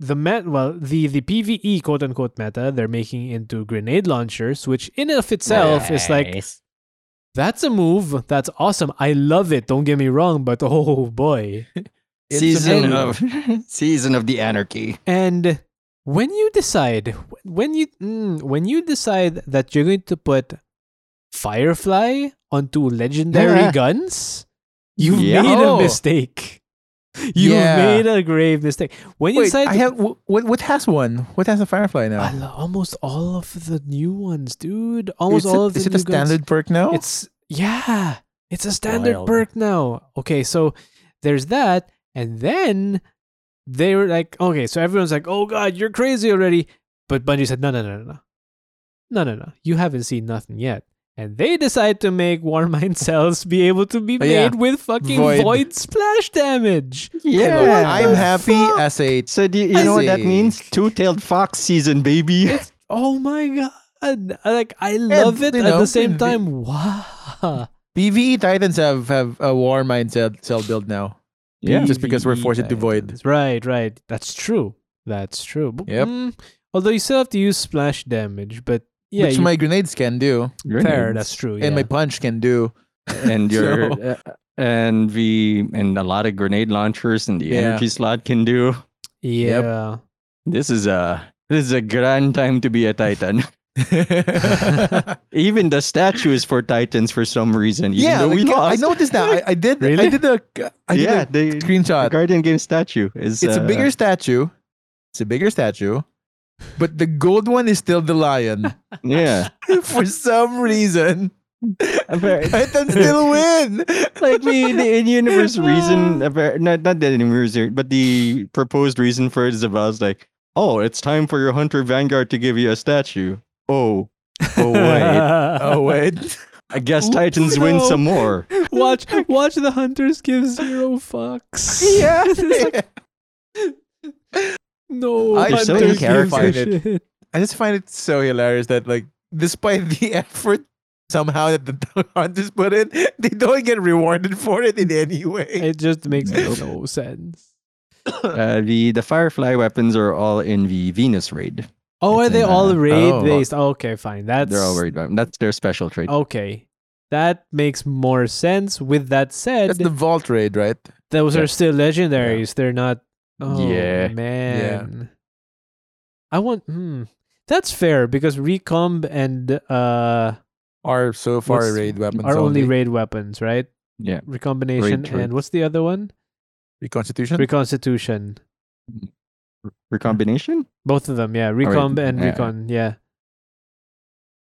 S1: the met well the E, the pve quote unquote meta they're making into grenade launchers which in and of itself is like That's a move. That's awesome. I love it. Don't get me wrong, but oh boy.
S2: It's
S3: season
S2: amazing.
S3: of season of the anarchy.
S1: And when you decide, when you mm, when you decide that you're going to put Firefly onto legendary
S3: Yeah.
S1: guns, you've
S3: Yeah.
S1: made
S2: Oh.
S1: a mistake. You've
S2: Yeah.
S1: made a grave mistake. When you
S2: Wait,
S1: decide,
S2: I
S1: to-
S2: have wh- what? What has one? What has a firefly now?
S1: I lo- almost all of the new ones, dude. Almost
S2: is
S1: all
S2: it,
S1: of the
S2: is it
S1: new
S2: a standard perk now?
S1: Guns. It's yeah, it's a standard
S2: Wild.
S1: perk now. Okay, so there's that, and then they were like, okay, so everyone's like, oh god, you're crazy already. But Bungie said, no, no, no, no, no, no, no, no. You haven't seen nothing yet. And they decide to make Warmind cells be able to be
S2: Oh,
S1: made
S2: yeah.
S1: with fucking
S2: Void.
S1: void. splash damage.
S2: Hello,
S1: Yeah. What
S2: I'm
S1: the
S2: happy
S1: fuck?
S2: as a.
S3: So do you, you know what that
S2: Isaac.
S3: means? Two-tailed fox season, baby.
S1: It's oh my god! Like I love it
S2: you
S1: at
S2: know,
S1: the same
S2: the-
S1: time. Wow.
S2: BVE E Titans have have a war mindset cell build now.
S3: Yeah.
S2: just because we're forced to
S1: PvE
S2: void.
S1: items. Right, right. That's true. That's true. B-
S2: Yep.
S1: mm, although you still have to use splash damage, but yeah,
S2: which
S1: you,
S2: my grenades can do,
S1: fair. That's true.
S2: and my
S1: yeah.
S2: punch can do.
S3: and your
S2: So-
S3: uh, and the and a lot of grenade launchers and the
S2: Yeah.
S3: energy slot can do.
S1: yeah.
S3: This is a this is a grand time to be a titan. Even the statues for titans for some reason. Even
S2: yeah,
S3: though we
S2: like, I
S3: lost.
S2: noticed that. I, I did. I
S1: Really?
S2: did a. I did
S3: yeah,
S2: a
S3: they, the
S2: screenshot.
S3: guardian game statue is
S2: It's a
S3: uh,
S2: bigger statue. It's a bigger statue, but the gold one is still the lion
S3: uh, Yeah,
S2: for some reason.
S3: Appar-
S2: Titans still win.
S3: like the, the in-universe reason,
S1: Ah.
S3: appar- not not the in-universe, reason, but the proposed reason for it is about like, oh, it's time for your hunter vanguard to give you a statue. Oh, oh wait,
S2: Oh wait.
S3: I guess
S1: Oops,
S3: titans win
S1: no.
S3: some more.
S1: watch, watch the hunters give zero fucks. It's like, no,
S2: I
S1: hunters
S3: just don't
S1: gives
S2: care
S1: a
S2: if I did.
S1: shit.
S2: I just find it so hilarious that like despite the effort somehow that the hunters put in, they don't get rewarded for it in any way.
S1: It just makes
S3: Nope.
S1: no sense.
S3: Uh, the the firefly weapons are all in the Venus raid.
S1: Oh,
S3: It's
S1: are they
S3: in,
S1: all
S3: uh,
S1: raid
S2: oh.
S1: based? Okay, fine. That's Oh.
S3: They're all raid. weapon- That's their special trait.
S1: Okay. That makes more sense. With that said,
S2: That's the vault raid, right?
S1: those
S3: yeah.
S1: are still legendaries. They're not. Oh,
S3: Yeah.
S1: man. I want. Hmm. That's fair because recomb and uh,
S2: Are so far
S1: What's-
S2: raid weapons
S1: are only raid weapons, right?
S3: Yeah.
S1: Recombination
S3: Raid
S1: and
S3: turrets.
S1: what's the other one?
S2: reconstitution.
S1: Reconstitution.
S3: Recombination?
S1: Both of them, yeah. Recomb and
S3: yeah.
S1: recon, yeah.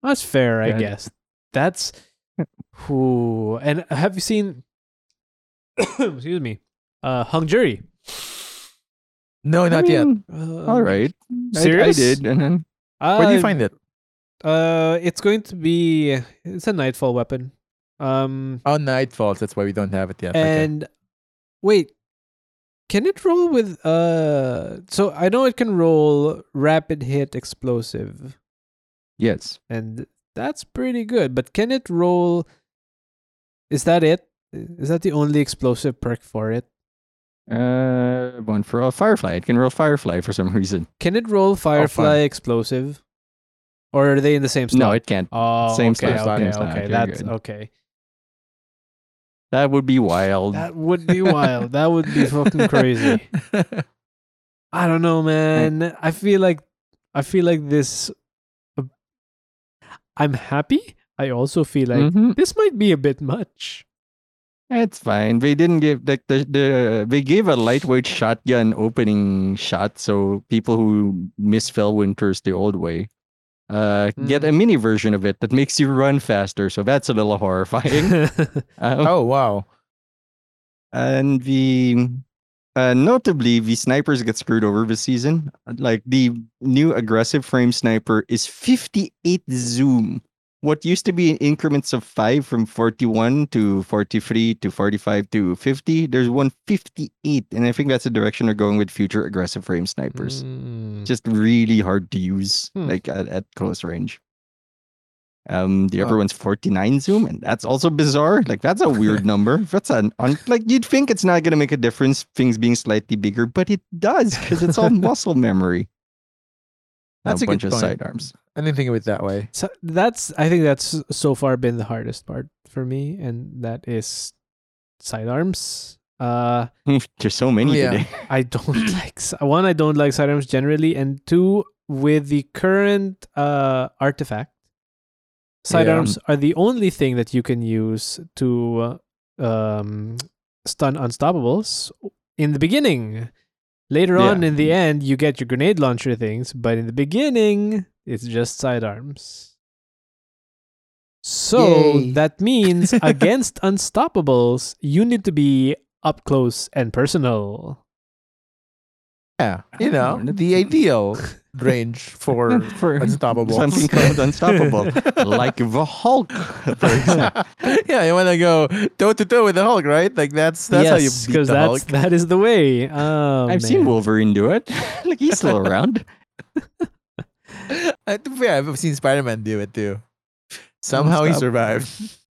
S1: That's fair, I
S3: Yeah.
S1: guess. That's who. And have you seen? excuse me, uh, Hung Jury.
S2: no, not yet.
S1: Uh,
S3: All right. I-
S1: serious?
S3: I, did, and then
S2: Where do you find it?
S1: Uh, it's going to be. It's a nightfall weapon. Um,
S2: Oh, Nightfalls. That's why we don't have it yet. okay.
S1: and wait, can it roll with? Uh, so I know it can roll rapid hit explosive.
S3: yes,
S1: and that's pretty good. But can it roll? Is that it? Is that the only explosive perk for it?
S3: uh, one for a firefly. It can roll firefly for some reason.
S1: Can it
S3: Oh,
S1: roll Firefly explosive, or are they in the same slot?
S3: No, it can't.
S1: oh,
S3: same
S1: okay,
S3: slot,
S1: Okay,
S3: same slot,
S1: okay,
S3: you're
S1: that's
S3: good.
S1: okay.
S3: That would be wild.
S1: That would be wild. that would be fucking crazy. I don't know, man. I feel like I feel like this. uh, I'm happy. I also feel like
S3: Mhm.
S1: this might be a bit much.
S3: It's fine. They didn't give like the, the they gave a lightweight shotgun opening shot, so people who miss Fell Winters the old way uh get
S1: Mm.
S3: a mini version of it that makes you run faster. So that's a little horrifying. Um,
S2: oh wow.
S3: and the uh, notably the snipers get screwed over this season. Like the new aggressive frame sniper is 58 zoom. What used to be in increments of five from 41 to 43 to 45 to 50, there's one 58. And I think that's the direction they're going with future aggressive frame snipers.
S2: Hmm.
S1: Mm.
S3: Just really hard to use,
S1: Hmm.
S3: like at, at close range. Um, the other
S2: Oh.
S3: one's 49 zoom, and that's also bizarre. Like that's a weird number. That's an un- like you'd think it's not gonna make a difference, things being slightly bigger, but it does because it's all muscle memory.
S2: That's
S3: a,
S2: a
S3: bunch
S2: good point.
S3: of sidearms.
S2: I didn't think of it that way.
S1: So that's I think that's so far been the hardest part for me, and that is sidearms. Uh,
S3: There's so many
S2: Yeah.
S3: today.
S1: I don't like s- one. I don't like sidearms generally, and two, with the current uh artifact, sidearms are the only thing that you can use to uh, um stun unstoppables in the beginning. Later
S3: Yeah.
S1: on, in the end, you get your grenade launcher things, but in the beginning, it's just sidearms. So
S2: Yay.
S1: that means against unstoppables, you need to be up close and personal.
S2: Yeah, you know the ideal range for
S3: For
S2: unstoppable.
S3: something called unstoppable, like the Hulk, for
S2: Oh,
S3: example.
S2: yeah, you want to go toe to toe with the Hulk, right? Like that's that's how you
S1: Yes,
S2: beat the
S1: that's
S2: Hulk.
S1: that is the way. Oh,
S3: I've seen
S1: man.
S3: Wolverine do it. like he's still around.
S2: Uh, to be fair, I've seen Spider-Man do it too. Somehow he
S3: Unstoppable.
S2: survived.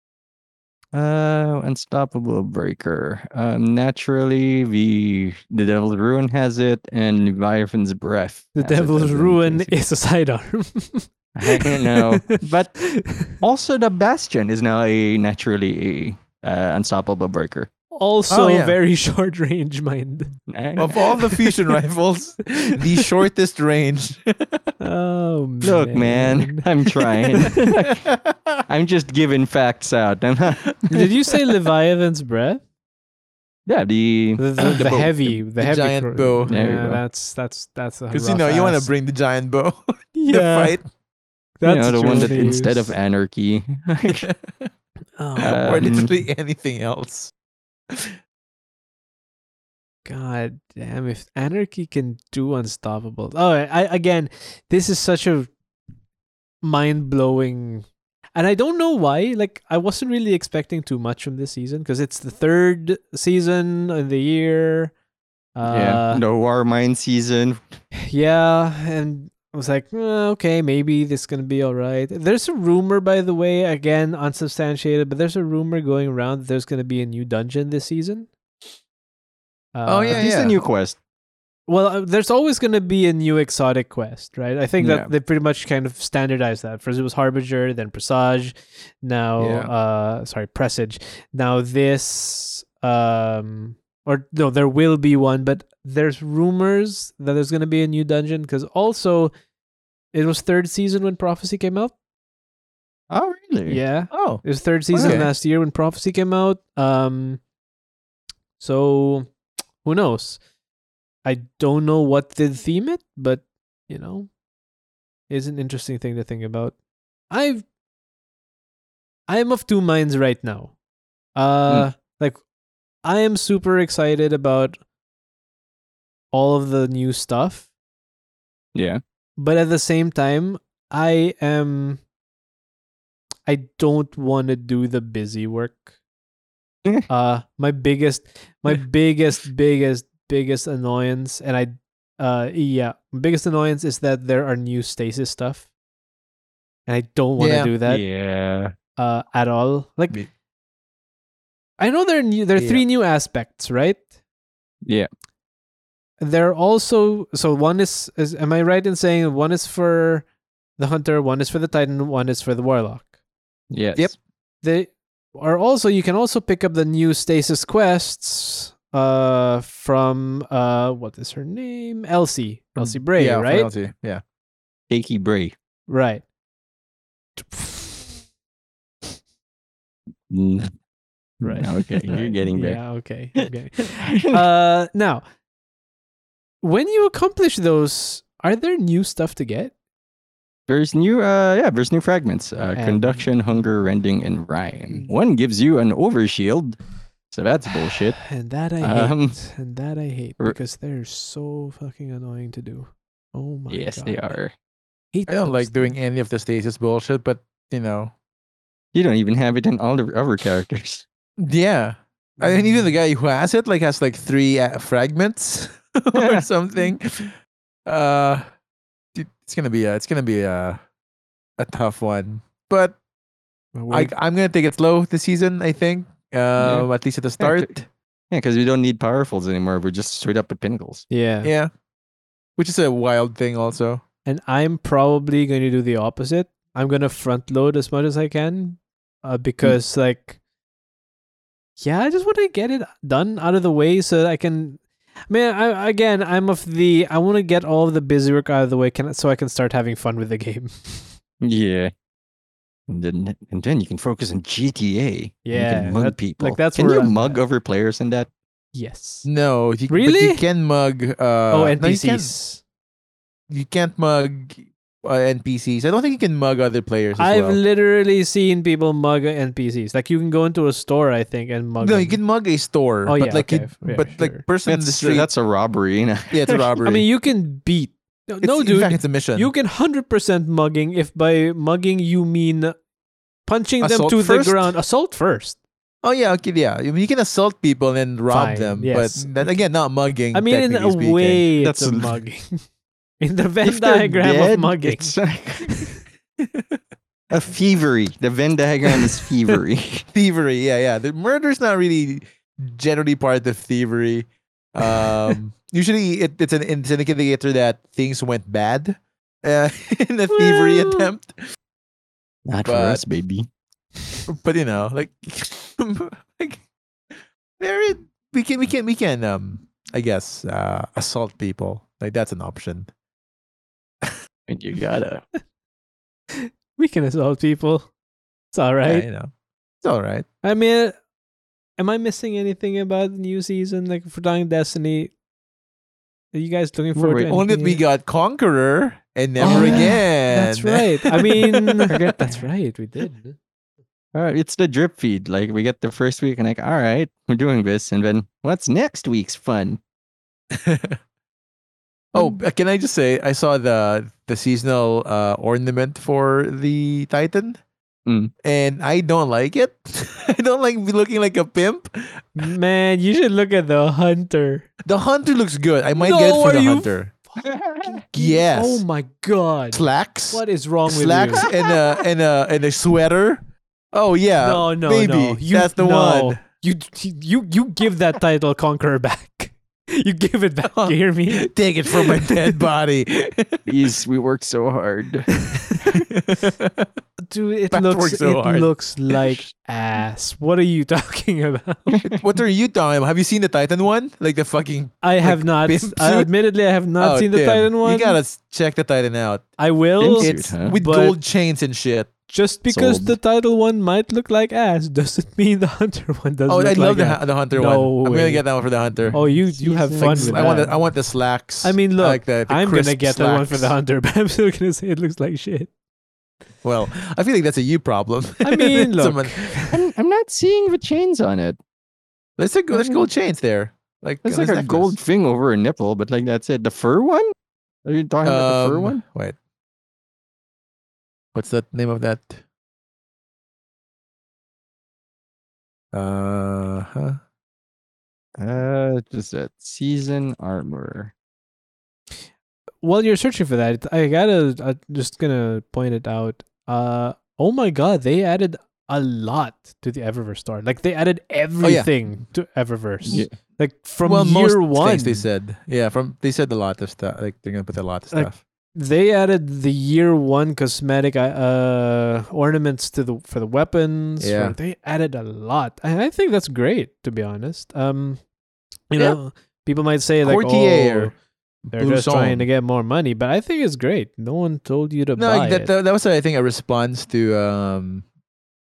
S3: Uh, unstoppable breaker. Um, naturally, the the Devil's Ruin has it, and Leviathan's Breath.
S1: the
S3: has it
S1: devil's
S3: as an
S1: ruin
S3: intrinsic-
S1: is a sidearm.
S3: I don't know, but also the Bastion is now a naturally a uh, unstoppable breaker.
S1: also
S2: Oh, yeah.
S1: very short range mind.
S3: I-
S2: Of all the fusion rifles, the shortest range.
S1: Oh
S3: Look, man, I'm trying. I'm just giving facts out. I'm not,
S1: Did you say Leviathan's breath?
S3: yeah, the
S1: The, the, the
S3: bow.
S1: heavy, the,
S2: the
S1: heavy
S2: giant
S1: cro-
S2: bow.
S3: There you
S1: Yeah,
S3: go.
S1: that's that's that's a
S2: Because you
S1: rough
S2: know you want
S1: ass.
S2: to bring the giant bow to
S1: yeah,
S2: fight,
S1: That's
S3: you know,
S1: what
S3: the
S1: you
S3: one
S1: wanna
S3: that instead of
S1: use.
S3: anarchy,
S1: oh
S3: Uh,
S2: or
S1: my
S2: literally anything else.
S1: God damn! If anarchy can do unstoppable, oh, I, I again, this is such a mind blowing, and I don't know why. Like, I wasn't really expecting too much from this season because it's the third season in the year.
S3: yeah,
S1: Uh,
S3: the war mine season.
S1: yeah, and I was like, "Uh, okay, maybe this is gonna be all right. There's a rumor, by the way, again unsubstantiated, but there's a rumor going around that there's gonna be a new dungeon this season.
S2: Oh,
S1: Uh,
S2: yeah,
S3: At least
S2: yeah.
S3: the new quest.
S1: well, uh, there's always going to be a new exotic quest, right? I think
S2: Yeah.
S1: that they pretty much kind of standardized that. First it was Harbinger, then Presage, now
S2: Yeah.
S1: uh sorry, Presage. Now this um or no, there will be one, but there's rumors that there's going to be a new dungeon cuz also it was third season when Prophecy came out.
S3: Oh, really?
S1: Yeah.
S2: Oh,
S1: It was third season
S2: Okay.
S1: last year when Prophecy came out. Um, so who knows? I don't know what did theme it, but you know, is an interesting thing to think about. I've I'm of two minds right now. Uh, like I am super excited about all of the new stuff
S3: Yeah.
S1: but at the same time i am i don't want to do the busy work uh my biggest my biggest biggest biggest annoyance and i uh yeah my biggest annoyance is that there are new stasis stuff and i don't want to
S2: Yeah.
S1: do that
S3: yeah.
S1: uh at all like
S2: Me-
S1: i know there are new there are
S2: Yeah.
S1: three new aspects right
S3: Yeah.
S1: they're also so one is, is am I right in saying one is for the hunter, one is for the titan, one is for the warlock.
S3: Yes.
S2: Yep.
S1: They are also you can also pick up the new stasis quests uh from uh what is her name? Elsie. Elsie Bray,
S2: yeah, from
S1: right?
S2: LT, Yeah.
S3: Takey Bray.
S1: Right.
S3: Mm.
S1: Right.
S3: Okay. You're
S1: Right.
S3: getting there.
S1: Yeah, okay. I'm getting- uh now when you accomplish those, are there new stuff to get?
S3: There's new, uh, yeah, there's new fragments. Uh,
S1: And-
S3: conduction, hunger, rending, and
S1: Mm.
S3: rhyme. One gives you an overshield, so that's bullshit.
S1: And that I
S3: Um,
S1: hate. And that I hate
S3: r-
S1: because they're so fucking annoying to do. Oh my
S3: yes,
S1: god.
S3: they are.
S1: Hate
S2: I don't
S1: those
S2: like doing
S1: things.
S2: any of the stasis bullshit, but you know,
S3: You don't even have it in all the other characters.
S2: yeah. I and even
S1: Mm.
S2: the guy who has it like has like three uh, fragments
S1: Oh
S2: or something. Uh, it- it's gonna be a, it's gonna be a, a tough one. But
S1: But
S2: I,
S1: wait,
S2: I'm gonna take it slow this season. I think, um, at least at the
S3: Yeah, t-
S2: start.
S3: Yeah, because we don't need powerfuls anymore. We're just straight up at pinnacles.
S1: yeah.
S2: Yeah, which is a wild thing also.
S1: and I'm probably going to do the opposite. I'm going to front load as much as I can uh, because, like, yeah, I just want to get it done out of the way so that I can. I mean, I, again, I'm of the I want to get all of the busy work out of the way, can so I can start having fun with the game.
S3: Yeah. And then, and then you can focus on GTA. You
S1: Yeah,
S3: can mug
S1: that-
S3: people.
S1: like, that's
S3: can
S1: where
S3: you
S1: I'm
S3: mug
S1: at.
S3: over players in that?
S1: Yes.
S2: No, you, But
S1: Really?
S2: you can mug. Uh,
S1: oh,
S2: no, you, can't,
S1: NPCs.
S2: you can't mug uh, NPCs. I don't think you can mug other players. As
S1: I've
S2: well.
S1: literally seen people mug NPCs. Like you can go into a store, I think, and mug.
S2: no,
S1: them.
S2: you can mug a store.
S1: Oh,
S2: but
S1: yeah,
S2: like,
S1: okay.
S2: it-
S1: Yeah,
S2: but
S1: sure. uh,
S2: like person in the
S3: That's,
S2: street.
S3: that's a robbery. You know?
S2: yeah, it's a robbery.
S1: I mean, you can beat. No,
S2: It's-
S1: no
S2: in
S1: dude,
S2: fact, it's a mission.
S1: you can hundred percent mugging if by mugging you mean punching
S2: Assault
S1: them to
S2: first?
S1: the ground. Assault first.
S2: oh yeah, okay, yeah. I mean, you can assault people and rob
S1: Fine,
S2: them,
S1: yes.
S2: but then again, not mugging.
S1: I mean, in a
S2: technically speaking.
S1: way,
S3: That's
S1: it's a
S3: a-
S1: mugging. in the Venn
S3: If they're
S1: diagram
S3: dead,
S1: of mugging.
S3: It's like a thievery. The Venn diagram is thievery.
S2: thievery. Yeah, yeah. The murder's not really generally part of thievery. Um, usually, it, it's an it's an indicator that things went bad uh, in the thievery
S1: Well.
S2: attempt.
S3: Not for
S2: But-
S3: us, baby.
S2: But you know, like, like there it, we can we can we can um I guess uh, assault people. Like that's an option.
S3: And you gotta.
S1: We can assault people. It's all
S2: Yeah,
S1: right.
S2: uh, you know, it's all right.
S1: I mean, am I missing anything about the new season? Like for Dying Destiny, are you guys looking
S3: Wait,
S1: forward
S3: wait,
S1: to
S2: Only that
S1: anything
S2: we got Conqueror and Never
S1: Oh, yeah.
S2: Again.
S1: That's right. I mean, that's right. We did.
S3: All right, it's the drip feed. Like we get the first week, and like, all right, we're doing this, and then what's next week's fun?
S2: Oh, uh, can I just say I saw the the seasonal uh, ornament for the Titan,
S3: Mm.
S2: and I don't like it. I don't like me looking like a pimp.
S1: Man, you should look at the hunter.
S2: The hunter looks good. I might get it
S1: No,
S2: for
S1: are
S2: the
S1: you
S2: hunter.
S3: Fucking
S2: Yes,
S1: Oh my god.
S2: slacks,
S1: What is wrong with
S2: slacks,
S1: you?
S2: and a and a and a sweater. Oh yeah,
S1: no, no,
S2: baby,
S1: no. You,
S2: that's the
S1: no.
S2: one.
S1: You you you give that title conqueror back. You give it back. You hear me?
S2: Take it from my dead body.
S3: Please, we worked so hard.
S1: Dude, it
S2: That
S1: looks
S2: works so
S1: it
S2: hard.
S1: looks like ass. What are you talking about?
S2: what are you talking? about? Have you seen the Titan one? Like the fucking.
S1: I have not.
S2: pimp
S1: I,
S2: suit?
S1: admittedly, I have not
S2: oh,
S1: seen the
S2: damn.
S1: Titan one.
S2: You gotta s- check the Titan out.
S1: I will.
S3: Pimp suit.
S2: It's
S3: huh?
S2: with
S1: But-
S2: gold chains and shit.
S1: Just because
S3: Sold.
S1: the title one might look like ass doesn't mean the hunter one doesn't.
S2: Oh, I
S1: look
S2: love
S1: like
S2: the,
S1: ass.
S2: hu- the hunter
S1: No
S2: one. I'm
S1: way.
S2: gonna get that one for the hunter.
S1: Oh, you you have
S3: Jesus.
S1: fun
S2: Like,
S1: with
S2: I want
S1: that.
S2: the, I want the slacks.
S1: I mean,
S2: I
S1: look,
S2: like the, the
S1: I'm gonna
S2: crisp
S1: get that one for the
S2: slacks.
S1: hunter, but I'm still gonna say it looks like shit.
S2: Well, I feel like that's a you problem.
S1: I mean,
S2: It's a
S1: look,
S2: mon-
S3: I'm, I'm not seeing the chains on it.
S2: there's a go- there's gold chains there. Like
S3: That's
S2: on
S3: like
S2: his
S3: a
S2: necklace.
S3: gold thing over a nipple, but like that's it. The fur one? Are you talking about the fur
S2: Um,
S3: one?
S2: Wait, what's the name of that? Uh huh.
S3: Uh, just a season armor.
S1: while you're searching for that, I gotta i just gonna point it out. Uh, oh my god, they added a lot to the Eververse story. Like they added everything to Eververse.
S3: Yeah.
S1: Like from
S2: Oh, well, most
S1: year one,
S2: things they said. Yeah, from they said a lot of stuff. Like they're gonna put a lot of
S1: Like,
S2: stuff.
S1: they added the year one cosmetic uh ornaments to the for the weapons. for-
S2: Yeah.
S1: they added a lot, and I think that's great. To be honest, um, you
S2: Yeah.
S1: know, people might say like,
S2: Courtier,
S1: oh, they're
S2: Blue
S1: just trying
S2: Zone.
S1: to get more money, but I think it's great. No one told you to
S2: No,
S1: buy
S2: that,
S1: it.
S2: that that was I think a response to um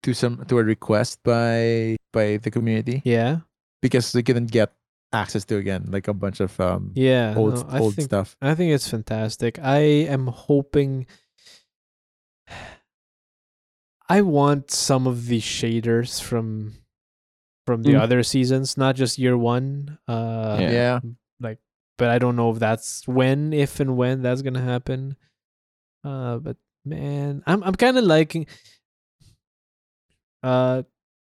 S2: to some to a request by by the community
S1: yeah,
S2: because they couldn't get access to again like a bunch of um
S1: yeah.
S2: old
S1: no, I
S2: old
S1: think
S2: stuff.
S1: I think it's fantastic. I am hoping. I want some of the shaders from from the
S3: Mm.
S1: other seasons, not just year one. Uh,
S3: Yeah.
S2: Yeah.
S1: But I don't know if that's when, if and when that's gonna happen. Uh, but man, I'm I'm kind of liking. Uh,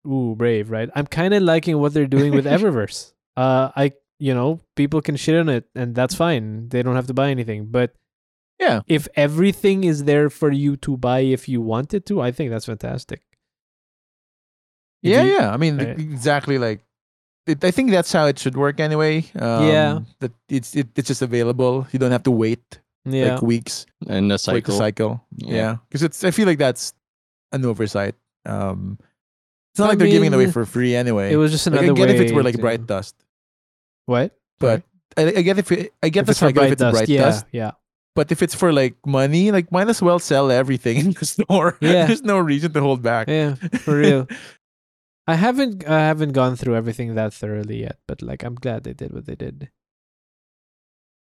S1: ooh, brave, right? I'm kind of liking what they're doing with Eververse. Uh, I you know people can shit on it, and that's fine. They don't have to buy anything, but
S2: Yeah.
S1: if everything is there for you to buy if you wanted to, I think that's fantastic. If
S2: Yeah,
S1: you-
S2: yeah. I mean,
S1: uh,
S2: exactly like it, I think that's how it should work anyway. Um,
S1: Yeah.
S2: that it's it, it's just available. You don't have to wait
S1: Yeah.
S2: like weeks,
S3: and a
S2: like a
S3: cycle.
S2: cycle.
S3: Yeah.
S2: Yeah, because it's. I feel like that's an oversight. Um, it's not
S1: I
S2: like they're giving it away
S1: mean,
S2: for free anyway.
S1: it was just
S2: like,
S1: another
S2: I get
S1: way
S2: if it's for like
S1: to-
S2: bright dust.
S1: What?
S2: But I, I get if it, I get
S1: if
S2: the
S1: it's for
S2: cycle
S1: bright
S2: if it's
S1: dust,
S2: bright
S1: yeah,
S2: dust.
S1: yeah.
S2: But if it's for like money, like might as well sell everything in the store.
S1: Yeah.
S2: There's no reason to hold back.
S1: Yeah, for real. I haven't I haven't gone through everything that thoroughly yet, but like I'm glad they did what they did.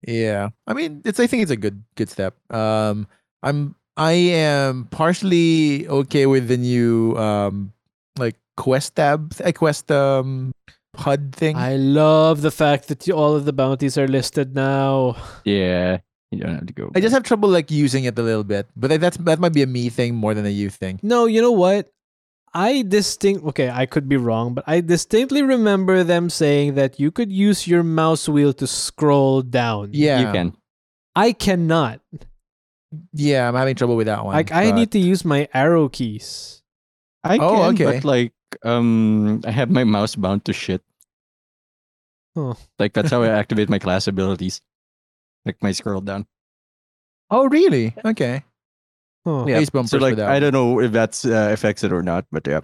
S2: Yeah. I mean, it's I think it's a good good step. Um I'm I am partially okay with the new um like quest tab a quest um HUD thing.
S1: I love the fact that you, all of the bounties are listed now.
S3: Yeah, you don't have to go.
S2: I just have trouble like using it a little bit, but that's that might be a me thing more than a you thing.
S1: No, you know what? I distinct okay, I could be wrong, but I distinctly remember them saying that you could use your mouse wheel to scroll down.
S2: Yeah,
S3: You can.
S1: I cannot.
S2: yeah, I'm having trouble with that one.
S1: Like I
S2: but-
S1: need to use my arrow keys.
S3: I
S2: Oh,
S3: can,
S2: okay.
S3: but like, um, I have my mouse bound to shit.
S1: Huh.
S3: Like that's how I activate my class abilities. Like my scroll down.
S2: Oh really? Okay.
S1: Huh.
S2: Yeah. Face bumpers
S3: So like,
S2: for that
S3: I
S2: one.
S3: don't know if that's uh, affects it or not, but yeah.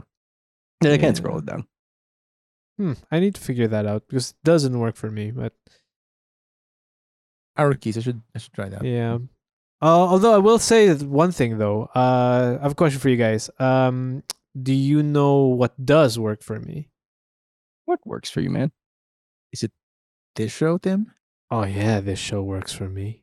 S3: Then I can't scroll it down.
S1: Hmm, I need to figure that out because it doesn't work for me, but
S2: Arrow keys. I should I should try that.
S1: Yeah. Uh, although I will say that one thing though, uh, I have a question for you guys. Um, do you know what does work for me?
S3: What works for you, man?
S2: This show, Tim?
S1: Oh yeah, this show works for me.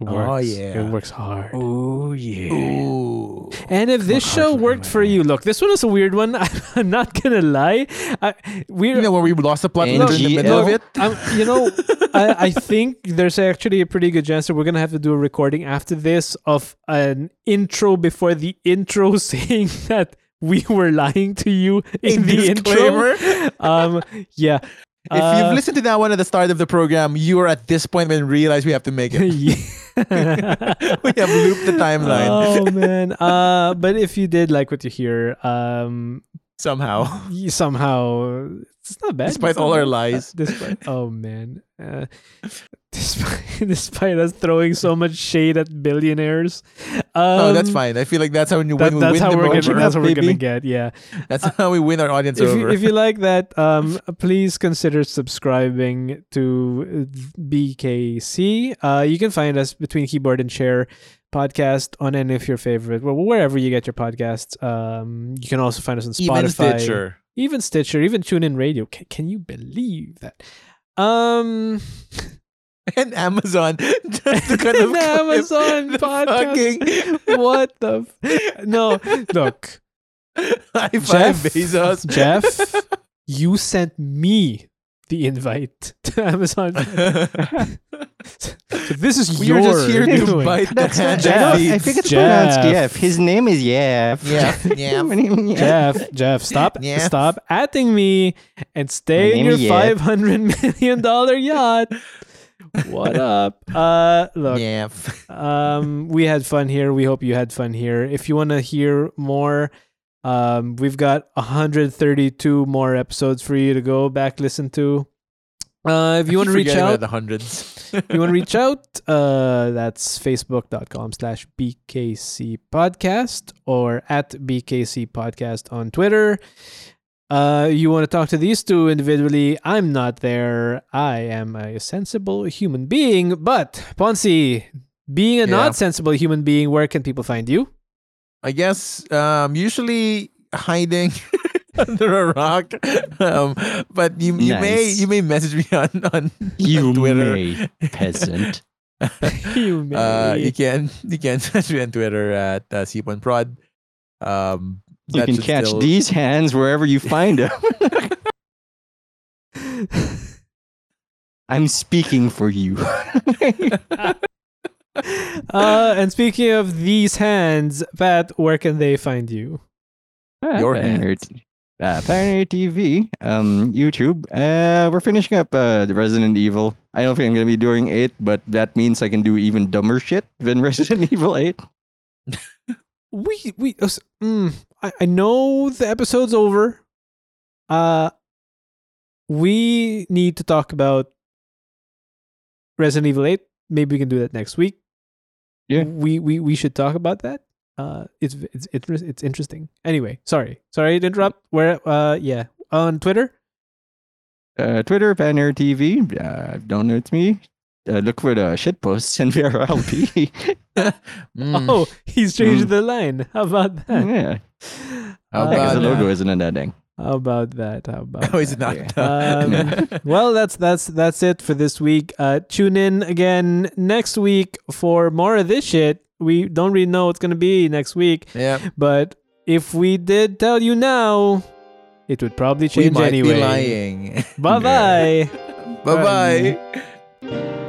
S1: It
S2: Oh,
S1: works.
S2: yeah.
S1: it works hard.
S3: Oh yeah.
S2: Ooh.
S1: And if this
S3: Work hard
S1: show
S3: for me,
S1: worked for
S3: man.
S1: you, look, this one is a weird one. I'm not gonna lie. I, we're,
S2: You know where we lost the plot in the middle of
S1: NGL?
S2: it?
S1: I'm, you know, I, I think there's actually a pretty good chance that we're gonna have to do a recording after this of an intro before the intro saying that we were lying to you in, the intro. uh, Um, yeah.
S2: If you've listened to that one at the start of the program, you are at this point when realize we have to make it. we
S1: we
S2: have looped the timeline
S1: Oh man. Uh, but if you did like what you hear, um,
S2: somehow,
S1: y- somehow it's not bad.
S2: despite
S1: It's not
S2: all our
S1: bad.
S2: lies.
S1: despite oh man uh, despite, despite us throwing so much shade at billionaires um,
S2: oh, that's fine. I feel like that's how we
S1: that-
S2: win, we
S1: that's
S2: win
S1: how
S2: them
S1: we're
S2: over.
S1: gonna, that's what we're gonna
S2: baby.
S1: get yeah
S2: That's how we win our audience
S1: if you,
S2: over.
S1: if you like that um please consider subscribing to bkc uh you can find us between keyboard and chair podcast on any of your favorite well wherever you get your podcasts um you can also find us on spotify
S2: Even Stitcher.
S1: even Stitcher, even TuneIn Radio. Can, can you believe that? Um,
S2: and Amazon just to kind of
S1: An Amazon
S2: clip the
S1: podcast. what the? F- no, look,
S2: fucking high five
S1: Jeff,
S2: Bezos.
S1: Jeff, you sent me the invite to Amazon. So this is
S2: we
S1: your
S2: are just here to
S1: doing.
S2: bite the
S3: That's
S2: hand
S3: not,
S1: Jeff.
S2: that
S3: I,
S2: feeds.
S3: don't- I think it's
S1: Jeff.
S3: pronounced Jeff. His name is Jeff.
S2: Yeah, yeah.
S1: Jeff, Jeff, stop,
S2: Jeff.
S1: stop atting me, and
S3: My
S1: stay in
S3: name
S1: your
S3: is Jeff.
S1: five hundred million dollar yacht. What up? Uh, look,
S2: Yeah.
S1: um we had fun here we hope you had fun here if you want to hear more um we've got 132 more episodes for you to go back listen to uh if you want to reach out
S2: the hundreds.
S1: you want to reach out uh that's facebook.com slash bkc podcast or at bkc podcast on twitter uh you want to talk to these two individually i'm not there i am a sensible human being but ponzi being a
S2: Yeah.
S1: not sensible human being where can people find you
S2: I guess um, usually hiding under a rock, um, but you, you may
S3: Nice.
S2: you may message me on on,
S3: You
S2: on Twitter.
S3: may, peasant.
S1: you may
S2: Uh, you can you can message me on Twitter at uh, cponprod. Um,
S3: You
S2: that
S3: can
S2: should
S3: catch
S2: still-
S3: these hands wherever you find them. I'm speaking for you.
S1: uh and speaking of these hands pat where can they find you
S2: Your
S3: Pioneer, t- uh, Pioneer TV, um, YouTube. Uh, we're finishing up uh, the Resident Evil. I don't think I'm gonna be doing it, but that means I can do even dumber shit than Resident Evil Eight.
S1: we we uh, s- mm, I, I know the episode's over uh we need to talk about resident evil 8 maybe we can do that next week
S3: Yeah.
S1: we we we should talk about that. Uh, it's it's it's it's interesting. Anyway, sorry, sorry to interrupt. Where uh, yeah, on Twitter.
S3: Uh, Twitter, Banner TV. Uh, don't know it's me. Uh, look for the shitposts and VRLP.
S2: Mm.
S1: Oh, he's changed
S3: Mm.
S1: the line. How about that?
S3: yeah.
S2: How
S1: Uh,
S2: about
S3: Yeah, 'cause the
S2: that?
S3: logo isn't in that thing.
S1: How about that? How about
S2: Oh, is
S1: that?
S2: it not?
S1: Um, well that's that's that's it for this week uh tune in again next week for more of this shit we don't really know what's gonna be next week
S2: yeah,
S1: but if we did tell you now it would probably
S2: we
S1: change
S2: might
S1: anyway
S2: be lying.
S1: bye bye
S2: bye bye.